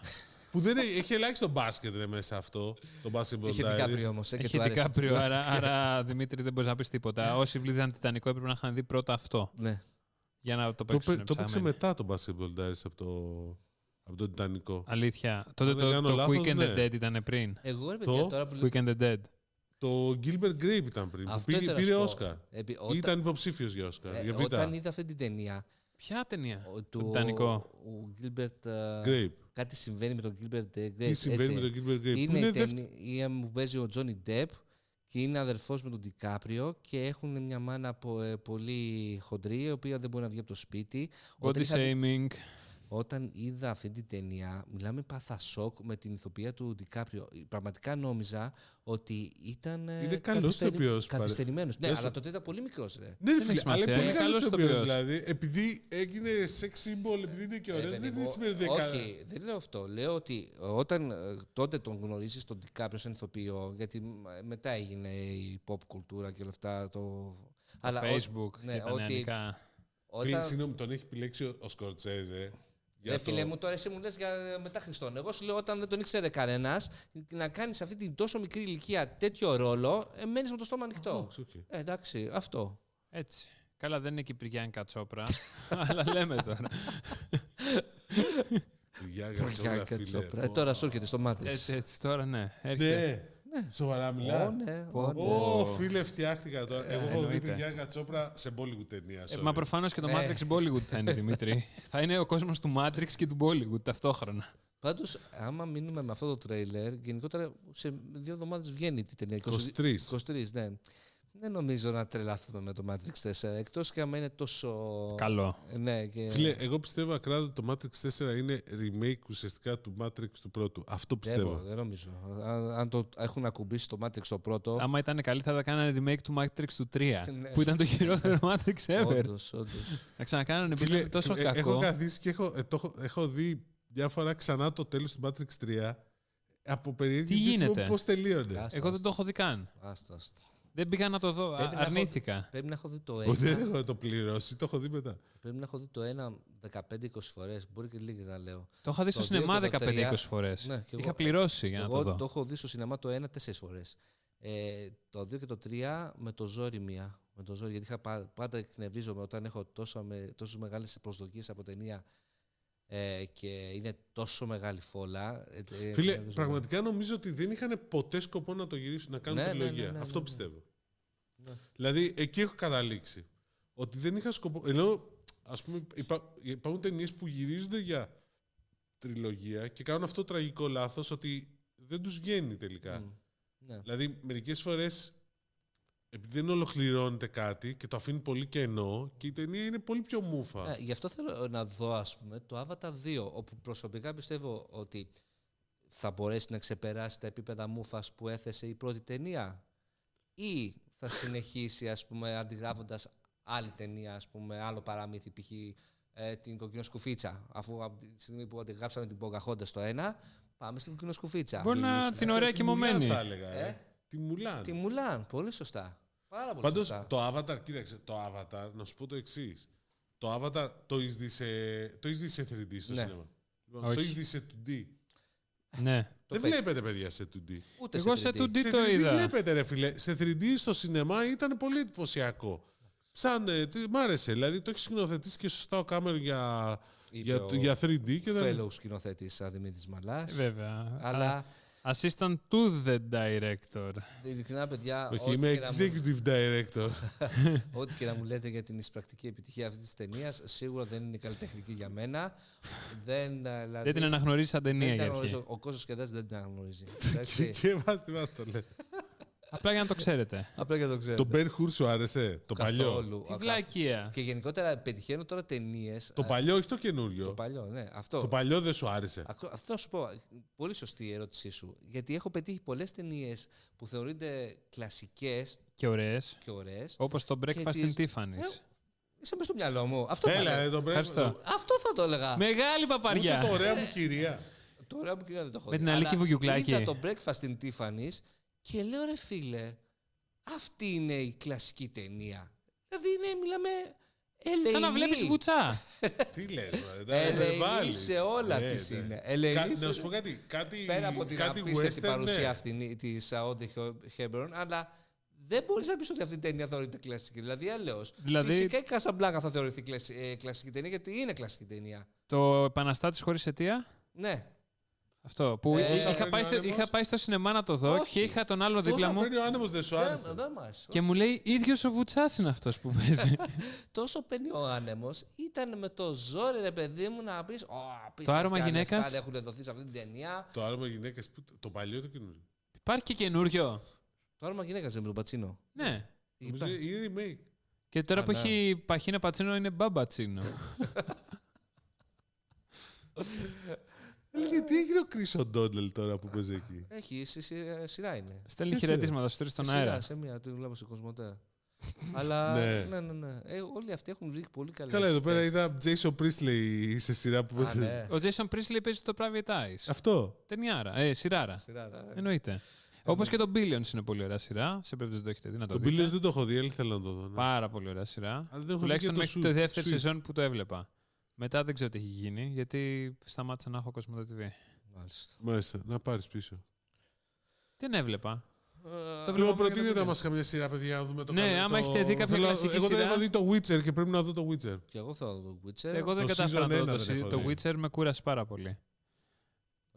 Speaker 1: Που δεν έχει, έχει ελάχιστο μπάσκετ ρε, μέσα αυτό. Το basketball
Speaker 3: Είχε
Speaker 1: diaries.
Speaker 3: δικάπριο όμως, ε, και
Speaker 2: Έχει
Speaker 3: του άρεσε.
Speaker 2: Τικάπριο, άρα, άρα Δημήτρη δεν μπορείς να πεις τίποτα. Όσοι βλήθηκαν Τιτανικό έπρεπε να είχαν δει πρώτα αυτό
Speaker 3: Ναι.
Speaker 2: για να το
Speaker 1: Το,
Speaker 2: παίξουν.
Speaker 1: πε- το παίξε
Speaker 2: ψαμένοι.
Speaker 1: μετά το Basketball Diaries από το, από το Τιτανικό.
Speaker 2: Αλήθεια. Τότε
Speaker 1: δεν
Speaker 2: το,
Speaker 1: κάνω
Speaker 2: το
Speaker 1: λάθος,
Speaker 2: Quick and
Speaker 1: ναι.
Speaker 2: the Dead ήταν πριν.
Speaker 3: Εγώ ρε
Speaker 1: Το-
Speaker 3: παιδιά τώρα που λέω.
Speaker 2: Quick and the Dead.
Speaker 1: Το Gilbert Grape ήταν πριν. Που
Speaker 3: Αυτό
Speaker 1: πήρε,
Speaker 3: ήθελα να
Speaker 1: πήρε
Speaker 3: σου πω.
Speaker 1: Όσκαρ.
Speaker 3: Επί-
Speaker 1: Ή
Speaker 3: όταν-
Speaker 1: ήταν υποψήφιος για Όσκαρ.
Speaker 3: ε,
Speaker 1: για Β.
Speaker 3: Όταν είδα αυτή την ταινία,
Speaker 2: Ποια ταινία.
Speaker 3: ο-
Speaker 2: Το
Speaker 3: του
Speaker 2: Τιτανικό.
Speaker 3: ο Gilbert, ε,
Speaker 1: Grape.
Speaker 3: κάτι συμβαίνει με τον Gilbert ε, Grape.
Speaker 1: Τι συμβαίνει
Speaker 3: έτσι.
Speaker 1: με τον Gilbert Grape. που
Speaker 3: Είναι,
Speaker 1: είναι
Speaker 3: η
Speaker 1: δεύτερη-
Speaker 3: ταινία που παίζει ο Τζόνι Ντεπ και είναι αδερφός με τον Τικάπριο και έχουν μια μάνα πο- ε, πολύ χοντρή, η οποία δεν μπορεί να βγει από το σπίτι.
Speaker 2: Body
Speaker 3: Όταν είχα-
Speaker 2: shaming.
Speaker 3: Όταν είδα αυτή την ταινία, μιλάμε πάθα σοκ με την ηθοποιία του Ντικάπριο. Ε, Πραγματικά νόμιζα ότι ήταν. ε,
Speaker 1: Είναι καλός
Speaker 3: καθυστερη-
Speaker 1: ηθοποιός, παρε-
Speaker 3: καθυστερημένος. Ναι,
Speaker 1: Λες
Speaker 3: αλλά
Speaker 1: το-
Speaker 3: τότε ήταν πολύ μικρός, ρε.
Speaker 1: Ναι,
Speaker 2: Δεν
Speaker 1: φίλε,
Speaker 2: έχει
Speaker 1: αλλά
Speaker 2: σημασία,
Speaker 1: είναι πολύ
Speaker 2: είναι
Speaker 1: καλός
Speaker 2: καλός
Speaker 1: ηθοποιός.
Speaker 2: ηθοποιός.
Speaker 1: Δηλαδή, επειδή έγινε sex symbol, επειδή είναι και
Speaker 3: Ρε,
Speaker 1: ωραίο,
Speaker 3: Ε, παιδί
Speaker 1: Ναι, δεν
Speaker 3: μου,
Speaker 1: σημαίνει ότι είναι καλά.
Speaker 3: Όχι, δεν λέω αυτό. Λέω ότι όταν ε, τότε τον γνωρίζεις τον κάποιο σαν ηθοποιό, γιατί μ, μετά έγινε η pop κουλτούρα και όλα αυτά. Το, αλλά ο-
Speaker 2: Facebook
Speaker 3: ναι,
Speaker 2: και τα
Speaker 3: ότι
Speaker 2: νεανικά.
Speaker 1: Φίλε,
Speaker 3: Όταν,
Speaker 1: Συγγνώμη, τον έχει επιλέξει ο- ο Σκορτσέζε. για
Speaker 3: Ρε
Speaker 1: το-
Speaker 3: φίλε μου, τώρα εσύ μου λες για μετά Χριστόν. Εγώ σου λέω όταν δεν τον ήξερε κανένας, να κάνεις αυτή την τόσο μικρή ηλικία τέτοιο ρόλο, ε, μένεις με το στόμα ανοιχτό.
Speaker 1: Εντάξει, οκ.
Speaker 3: Ε, εντάξει, αυτό.
Speaker 2: Έτσι. Καλά, δεν είναι Κυπριακή Κατσόπρα, αλλά λέμε τώρα.
Speaker 1: Για κατσόπρα, φίλε.
Speaker 3: Γιάννη Κατσόπρα. Ε,
Speaker 1: Ω.
Speaker 3: Τώρα σου έρχεται στο μάτι.
Speaker 2: έτσι, έτσι, τώρα ναι. Έρχεται.
Speaker 1: Ναι, σοβαρά
Speaker 3: Ω,
Speaker 1: μιλά.
Speaker 3: ναι,
Speaker 2: Πω,
Speaker 3: ω, ναι.
Speaker 1: Ω, φίλε, φτιάχτηκα τώρα. Εγώ έχω δει
Speaker 2: εννοείται.
Speaker 1: Γιάννη Κατσόπρα σε Bollywood ταινία.
Speaker 2: Ε,
Speaker 1: sorry.
Speaker 2: μα προφανώς και το
Speaker 3: Ναι.
Speaker 2: Matrix Bollywood θα είναι, Δημήτρη. θα είναι ο κόσμος του Matrix και του Bollywood ταυτόχρονα.
Speaker 3: Πάντως, άμα μείνουμε με αυτό το τρέιλερ, γενικότερα σε δύο εβδομάδες βγαίνει η ταινία.
Speaker 1: 23.
Speaker 3: 23, ναι. Δεν νομίζω να τρελαθούμε με το Matrix 4. Εκτός και αν είναι τόσο.
Speaker 2: Καλό.
Speaker 3: Ναι, και...
Speaker 1: Φίλε, εγώ πιστεύω ακράδαντα ότι το Matrix 4 είναι remake ουσιαστικά του Matrix του πρώτου. Αυτό
Speaker 3: δεν, μπορώ,
Speaker 1: πιστεύω.
Speaker 3: δεν νομίζω. Αν, αν το έχουν ακουμπήσει το Matrix το πρώτο.
Speaker 2: Άμα ήταν καλή, θα τα κάνανε remake του Matrix του 3,
Speaker 3: Ναι.
Speaker 2: που ήταν το χειρότερο Matrix ever.
Speaker 3: Όντως, όντως.
Speaker 2: Να ξανακάνανε επειδή ήταν τόσο
Speaker 1: ε, έχω
Speaker 2: κακό.
Speaker 1: καθίσει και έχω, ε, το έχω, έχω δει μια φορά ξανά το τέλος του Matrix 3 από
Speaker 2: Τι
Speaker 1: περίεργη
Speaker 2: γίνεται?
Speaker 1: πώς τελείωνε.
Speaker 3: Άστο,
Speaker 2: Εγώ δεν
Speaker 3: άστο,
Speaker 2: το έχω δει καν.
Speaker 3: άστο, άστο.
Speaker 2: Δεν πήγα να το δω. Α-
Speaker 3: Πρέπει να έχω-
Speaker 2: Αρνήθηκα.
Speaker 3: Πρέπει να έχω δει το
Speaker 1: Ούτε
Speaker 3: ένα.
Speaker 1: δεν έχω το πληρώσει, το έχω δει μετά.
Speaker 3: Πρέπει να έχω δει το ένα 15-20 φορές. Μπορεί και λίγες να λέω.
Speaker 2: Το είχα δει στο
Speaker 3: το δύο
Speaker 2: σινεμά
Speaker 3: και το
Speaker 2: 15-20
Speaker 3: τρία.
Speaker 2: φορές.
Speaker 3: Ναι, κι εγώ.
Speaker 2: Είχα πληρώσει για να το
Speaker 3: Εγώ το
Speaker 2: δω.
Speaker 3: έχω δει στο σινεμά το 1 τέσσερις φορές. Ε, το 2 και το 3 με το ζόρι μία. Με το ζόρι, γιατί είχα, πα- πάντα εκνευρίζομαι όταν έχω τόσο, με, τόσο μεγάλες προσδοκίες από ταινία ε, και είναι τόσο μεγάλη φόλα. Ε, ε,
Speaker 1: Φίλε,
Speaker 3: εκνευρίζομαι.
Speaker 1: πραγματικά νομίζω ότι δεν είχαν ποτέ σκοπό να το γυρίσουν, να κάνουν
Speaker 3: Ναι, ναι,
Speaker 1: τριλογία.
Speaker 3: ναι, ναι,
Speaker 1: Αυτό
Speaker 3: ναι, ναι.
Speaker 1: πιστεύω.
Speaker 3: Ναι.
Speaker 1: Δηλαδή, εκεί έχω καταλήξει. Ότι δεν είχα σκοπό. Ενώ, ας πούμε, υπά- υπάρχουν ταινίες που γυρίζονται για τριλογία και κάνουν αυτό το τραγικό λάθος ότι δεν τους βγαίνει τελικά.
Speaker 3: Μμ. Ναι.
Speaker 1: Δηλαδή, μερικές φορές επειδή δεν ολοκληρώνεται κάτι και το αφήνει πολύ κενό και η ταινία είναι πολύ πιο
Speaker 2: Ε,
Speaker 1: Ε, μούφα.
Speaker 3: Ναι, γι' αυτό θέλω να δω, ας πούμε, το Avatar 2, όπου προσωπικά πιστεύω ότι θα μπορέσει να ξεπεράσει τα επίπεδα μούφας που έθεσε η πρώτη ταινία ή θα συνεχίσει, ας πούμε, αντιγράφοντας άλλη ταινία, ας πούμε, άλλο παραμύθι, π.χ. ε, την κοκκινό σκουφίτσα, αφού από τη στιγμή που αντιγράψαμε την Ποκαχόντα στο ένα, πάμε στην κοκκινό σκουφίτσα.
Speaker 2: Μπορεί να
Speaker 1: Ξέρεις,
Speaker 2: την ωραία
Speaker 1: τη Μουλάν
Speaker 2: κοιμωμένη.
Speaker 1: Θα έλεγα. Ε?
Speaker 3: Ε?
Speaker 1: Τη Μουλάν.
Speaker 3: Τη Μουλάν, πολύ σωστά. Πάρα πολύ
Speaker 1: Πάντως
Speaker 3: σωστά.
Speaker 1: το Avatar, κοίταξε, το Avatar, να σου πω το εξής. Το Avatar το έχεις δει σε, το έχεις δει σε 3D στο
Speaker 3: Ναι.
Speaker 1: σινεμά. Λοιπόν,
Speaker 2: Όχι.
Speaker 1: το έχεις δει σε 2D.
Speaker 2: Ναι.
Speaker 1: δεν
Speaker 3: παίξ-
Speaker 1: βλέπετε, παιδιά, σε 2D.
Speaker 3: Ούτε
Speaker 2: Εγώ σε
Speaker 3: 3D.
Speaker 2: 2D
Speaker 1: σε
Speaker 2: το
Speaker 1: 3D
Speaker 2: είδα.
Speaker 1: βλέπετε, ρε φίλε. Σε 3D στο σινεμά ήταν πολύ εντυπωσιακό. Σαν, ε, τι- μ' άρεσε. Δηλαδή το έχεις σκηνοθετήσει και σωστά ο Κάμερον για,
Speaker 3: Είπε
Speaker 1: για,
Speaker 3: ο
Speaker 1: για 3D και δεν.
Speaker 3: Fellow σκηνοθέτης Αδημήτρης Μαλάς.
Speaker 2: Ε, Βέβαια.
Speaker 3: Αλλά
Speaker 2: Assistant to the director.
Speaker 3: ειλικρινά, παιδιά,
Speaker 1: Όχι,
Speaker 3: ό,τι
Speaker 1: είμαι
Speaker 3: και να μου-
Speaker 1: executive director.
Speaker 3: ό,τι και να μου λέτε για την εισπρακτική επιτυχία αυτής της ταινίας, σίγουρα δεν είναι καλλιτεχνική για μένα. δεν, ε, δηλαδή,
Speaker 2: Δεν την αναγνωρίζει σαν
Speaker 3: δεν
Speaker 2: ταινία
Speaker 3: την
Speaker 2: για
Speaker 3: αναγνωρίζω.
Speaker 2: αρχή.
Speaker 3: Ο κόσμος και δεν την αναγνωρίζει.
Speaker 1: και
Speaker 3: Εντάξει.
Speaker 1: και μας τι μας το λέει.
Speaker 2: Απλά για να το ξέρετε.
Speaker 3: Απλά για να το ξέρω.
Speaker 1: το Ben Hur σου άρεσε. Το παλιό.
Speaker 3: Καθόλου.
Speaker 2: Τι
Speaker 3: Α,
Speaker 2: βλακεία.
Speaker 3: Και γενικότερα πετυχαίνω τώρα ταινίες.
Speaker 1: Το παλιό, όχι το καινούριο.
Speaker 3: παλιό, ναι.
Speaker 1: Το
Speaker 3: Αυτό.
Speaker 1: παλιό δεν σου άρεσε.
Speaker 3: Ακρο- Αυτό να σου πω. Πολύ σωστή η ερώτησή σου. Γιατί έχω πετύχει πολλές ταινίες που θεωρούνται κλασικές
Speaker 2: Και ωραίες.
Speaker 3: και ωραίες.
Speaker 2: Όπως το breakfast in
Speaker 3: τις- Ε,
Speaker 2: Tiffany's.
Speaker 3: Είσαι μέσα στο μυαλό μου. Αυτό, θα,
Speaker 1: Έλα,
Speaker 3: έλεγα.
Speaker 1: ρε, το πρέπει
Speaker 2: Ευχαριστώ.
Speaker 1: να
Speaker 3: αυτό θα το έλεγα.
Speaker 2: Μεγάλη
Speaker 1: Ούτε το
Speaker 2: παπαριά.
Speaker 1: ωραία μου κυρία.
Speaker 3: Τώρα που κοιτάω δεν το έχω
Speaker 2: Με
Speaker 3: δει.
Speaker 2: την Αλίκη
Speaker 3: Αλλά
Speaker 2: Βουγιουκλάκη.
Speaker 3: Είδα το breakfast στην Tiffany's και λέω ρε φίλε, αυτή είναι η κλασική ταινία. Δηλαδή είναι, μιλάμε, ελεηνή.
Speaker 2: Σαν να βλέπεις βουτσά.
Speaker 1: Τι λες,
Speaker 3: Ελεηνή σε όλα τη είναι. Ελεηνή σε-
Speaker 1: Ναι, Να σου πω κάτι. Κάτι,
Speaker 3: Πέρα από την
Speaker 1: κάτι
Speaker 3: απίστευτη
Speaker 1: western,
Speaker 3: παρουσία
Speaker 1: ναι.
Speaker 3: αυτή τη Σαόντε Χέμπερον, αλλά δεν μπορείς να πεις ότι αυτή η ταινία θεωρείται κλασική. Δηλαδή, αλλιώς.
Speaker 2: Δηλαδή-
Speaker 3: Φυσικά η Κασαμπλάκα θα θεωρηθεί κλασ- ε, κλασική ταινία, γιατί είναι κλασική ταινία.
Speaker 2: Το επαναστάτης χωρίς αιτία.
Speaker 3: Ναι.
Speaker 2: Αυτό. Που
Speaker 3: Ε,
Speaker 2: είχα
Speaker 3: Πόσα
Speaker 1: παίρνει
Speaker 2: πάει σε-
Speaker 1: ο άνεμος?
Speaker 2: είχα πάει στο σινεμά να το δω
Speaker 3: Όχι.
Speaker 2: και είχα τον άλλο δίπλα
Speaker 1: Πόσα
Speaker 2: μου.
Speaker 1: παίρνει ο άνεμος δεν σου άρεσε.
Speaker 3: Δεν, δεν μας.
Speaker 2: Και μου λέει, ίδιος ο Βουτσάς είναι αυτός που παίζει.
Speaker 3: τόσο παίρνει ο άνεμος, ήταν με το ζόρι, ρε παιδί μου, να πεις: Ω,
Speaker 2: άρωμα γυναίκας».
Speaker 3: Δεν έχουν δοθεί σε αυτή την ταινία.
Speaker 1: Το άρωμα γυναίκας, το παλιό ή το καινούριο.
Speaker 2: Υπάρχει και καινούριο.
Speaker 3: Το άρωμα γυναίκας δεν με τον Πατσίνο.
Speaker 2: Ναι.
Speaker 1: Νομίζω Είναι remake.
Speaker 2: Και τώρα
Speaker 3: Α,
Speaker 2: που
Speaker 3: ναι.
Speaker 2: έχει παχίνα πατσίνο είναι μπαμπατσίνο.
Speaker 1: Έλεγε τι έγινε ο Κρι Ντόνελ τώρα που παίζει εκεί.
Speaker 3: Έχει, σε σειρά- ε, σειρά είναι.
Speaker 2: Στέλνει
Speaker 1: Ποιος
Speaker 2: χαιρετίσματα στους τρεις στον
Speaker 3: Σειρά,
Speaker 2: αέρα.
Speaker 3: Σε μία, το βλέπω στο Κοσμοτέ. Αλλά
Speaker 1: Ναι.
Speaker 3: ναι, ναι, ναι. Ε, όλοι αυτοί έχουν βρει πολύ καλές.
Speaker 1: Καλά, εδώ πέρα είδα Jason Priestley σε σειρά που
Speaker 3: Α,
Speaker 1: παίζει.
Speaker 3: ναι.
Speaker 2: Ο Jason Priestley παίζει το Private
Speaker 1: Ε,
Speaker 2: Eyes.
Speaker 1: Αυτό.
Speaker 2: Ταινιάρα. Ε, σειράρα.
Speaker 3: Σειρά, ναι.
Speaker 2: Εννοείται. Όπως και το Billions είναι πολύ ωραία σειρά. Σε περίπτωση δεν το έχετε δει να το
Speaker 1: ναι. Το
Speaker 2: δείτε.
Speaker 1: Billions δεν το έχω δει, αλλά θέλω να το δω. ναι.
Speaker 2: Πάρα πολύ ωραία σειρά.
Speaker 1: Αλλά δεν έχω δει
Speaker 2: Τουλάχιστον
Speaker 1: και το
Speaker 2: μέχρι
Speaker 1: Su-
Speaker 2: τη δεύτερη
Speaker 1: Suits.
Speaker 2: σεζόν που το έβλεπα. Μετά δεν ξέρω τι έχει γίνει, γιατί σταμάτησα να έχω κόσμο TV.
Speaker 3: Μάλιστα.
Speaker 1: Μάλιστα, να πάρεις πίσω.
Speaker 2: Δεν έβλεπα.
Speaker 3: Ε,
Speaker 2: βλέπαμε
Speaker 1: Λοιπόν,
Speaker 2: και το
Speaker 1: προτείνετε
Speaker 2: Billions.
Speaker 1: να μα καμιά σειρά, παιδιά, να δούμε το
Speaker 2: Ναι,
Speaker 1: καλό,
Speaker 2: άμα
Speaker 1: το-
Speaker 2: έχετε δει κάποια
Speaker 1: Θέλω-
Speaker 2: κλασική
Speaker 1: Εγώ δεν
Speaker 2: σειρά.
Speaker 1: έχω δει το Witcher και πρέπει να δω το Witcher.
Speaker 3: Και εγώ θα δω το Witcher.
Speaker 2: Εγώ δεν
Speaker 1: το
Speaker 2: κατάφερα
Speaker 1: season
Speaker 2: να το,
Speaker 1: ένα
Speaker 2: το,
Speaker 1: δεν έχω
Speaker 2: το
Speaker 1: δει.
Speaker 2: Witcher με κούρασε πάρα πολύ.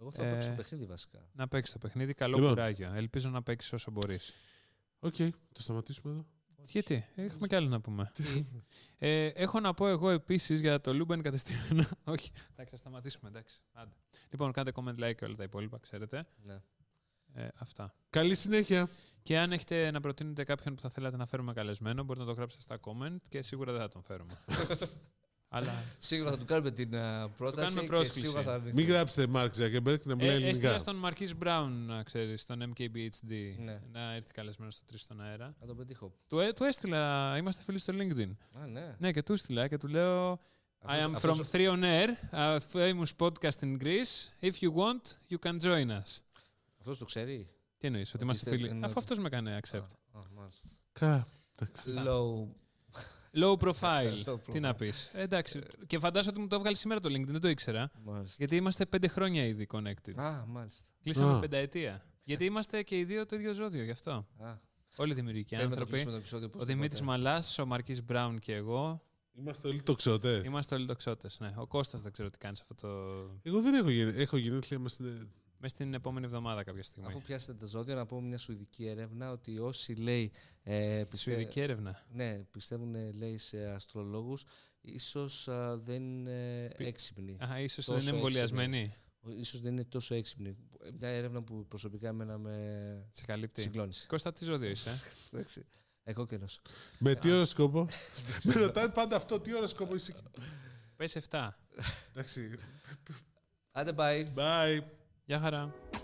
Speaker 3: Εγώ θα
Speaker 2: Ε,
Speaker 3: παίξω το παιχνίδι βασικά.
Speaker 2: Να παίξεις το παιχνίδι, καλό
Speaker 1: Λοιπόν.
Speaker 2: κουράγιο. Ελπίζω να παίξεις όσο μπορείς.
Speaker 1: Οκ, το σταματήσουμε εδώ.
Speaker 2: Γιατί, έχουμε κι άλλα να πούμε. ε, έχω να πω εγώ επίσης για το Λούμπεν κατεστημένο. Όχι, θα σταματήσουμε, εντάξει. Άντε. Λοιπόν, κάντε comment, like και όλα τα υπόλοιπα, ξέρετε.
Speaker 3: Ναι.
Speaker 2: Ε, αυτά.
Speaker 1: Καλή συνέχεια.
Speaker 2: Και αν έχετε να προτείνετε κάποιον που θα θέλατε να φέρουμε καλεσμένο, μπορείτε να το γράψετε στα comment και σίγουρα δεν θα τον φέρουμε. Αλλά
Speaker 3: Σίγουρα θα του κάνουμε την ε, πρόταση και
Speaker 2: πρόσκληση.
Speaker 3: σίγουρα θα δει.
Speaker 1: Μην γράψετε Μάρκ Ζακεμπέρκ να μιλάει
Speaker 2: ε, έστειλα
Speaker 1: ελληνικά.
Speaker 2: στον Μαρκής Μπράουν, να ξέρεις, στον MKBHD,
Speaker 3: Ναι.
Speaker 2: να έρθει καλεσμένος στο 3 στον αέρα.
Speaker 3: Θα το πετύχω.
Speaker 2: Του, ε, του έστειλα, είμαστε φίλοι στο LinkedIn.
Speaker 3: Α, ναι.
Speaker 2: Ναι, και του έστειλα και του λέω. I
Speaker 3: Αυτός-
Speaker 2: am
Speaker 3: αυτός-
Speaker 2: from 3 on Air, a famous podcast in Greece. If you want, you can join us.
Speaker 3: Αυτός το ξέρει.
Speaker 2: Τι εννοείς, ότι
Speaker 3: Ότι
Speaker 2: είμαστε
Speaker 3: είστε-
Speaker 2: φίλοι.
Speaker 3: εννοώ
Speaker 2: Αφού
Speaker 3: ότι-
Speaker 2: αυτό με κάνει accept.
Speaker 3: Α, α, μάλιστα.
Speaker 1: Κα-
Speaker 3: Low.
Speaker 2: Low profile.
Speaker 3: Low
Speaker 2: Τι να
Speaker 3: profile. Ε.
Speaker 2: πεις. Εντάξει. Και φαντάζομαι ότι μου το έβγαλε σήμερα το LinkedIn, δεν το ήξερα.
Speaker 3: Μάλιστα.
Speaker 2: Γιατί είμαστε πέντε χρόνια ήδη connected.
Speaker 3: Α, μάλιστα.
Speaker 2: Κλείσαμε
Speaker 1: Α.
Speaker 2: πενταετία. Γιατί είμαστε και οι δύο το ίδιο ζώδιο, γι' αυτό.
Speaker 3: Α,
Speaker 2: Όλοι δημιουργικοί
Speaker 3: πρέπει να το
Speaker 2: άνθρωποι.
Speaker 3: κλείσουμε το επεισόδιο. πώς
Speaker 2: Ο
Speaker 3: το ναι.
Speaker 2: Δημήτρη
Speaker 3: είπατε.
Speaker 2: Μαλάς, ο Μαρκής Μπράουν και εγώ
Speaker 1: Είμαστε όλοι τοξιωτέ.
Speaker 2: είμαστε όλοι τοξότες. Ναι. Ο Κώστας δεν ξέρω τι κάνει σε αυτό το.
Speaker 1: Εγώ δεν έχω, γεν... έχω γενέθλια. Μας... είναι-
Speaker 2: Μέσα στην επόμενη εβδομάδα κάποια στιγμή.
Speaker 3: Αφού πιάσετε τα ζώδια, να πω μια σουηδική έρευνα ότι όσοι λέει. Ε, πιστε-
Speaker 2: Σουηδική έρευνα.
Speaker 3: Ναι, πιστεύουν ε, λέει σε αστρολόγους, ίσως α, δεν είναι έξυπνοι.
Speaker 2: Α, ίσως δεν
Speaker 3: Τόσο
Speaker 2: είναι εμβολιασμένη.
Speaker 3: Ίσως δεν είναι τόσο έξυπνοι. Ε, Μια έρευνα που προσωπικά εμένα με
Speaker 2: Σε καλύπτει.
Speaker 3: συγκλώνησε.
Speaker 2: Κώστα, τι ζώδιο είσαι. ε?
Speaker 3: Εντάξει. Εγώ καινός.
Speaker 1: Με τι οροσκόπο. Με ρωτάνε πάντα αυτό, τι οροσκόπο είσαι.
Speaker 2: Πες 7.
Speaker 1: Εντάξει.
Speaker 3: Άντε, bye.
Speaker 1: Bye.
Speaker 2: Γεια χαρά.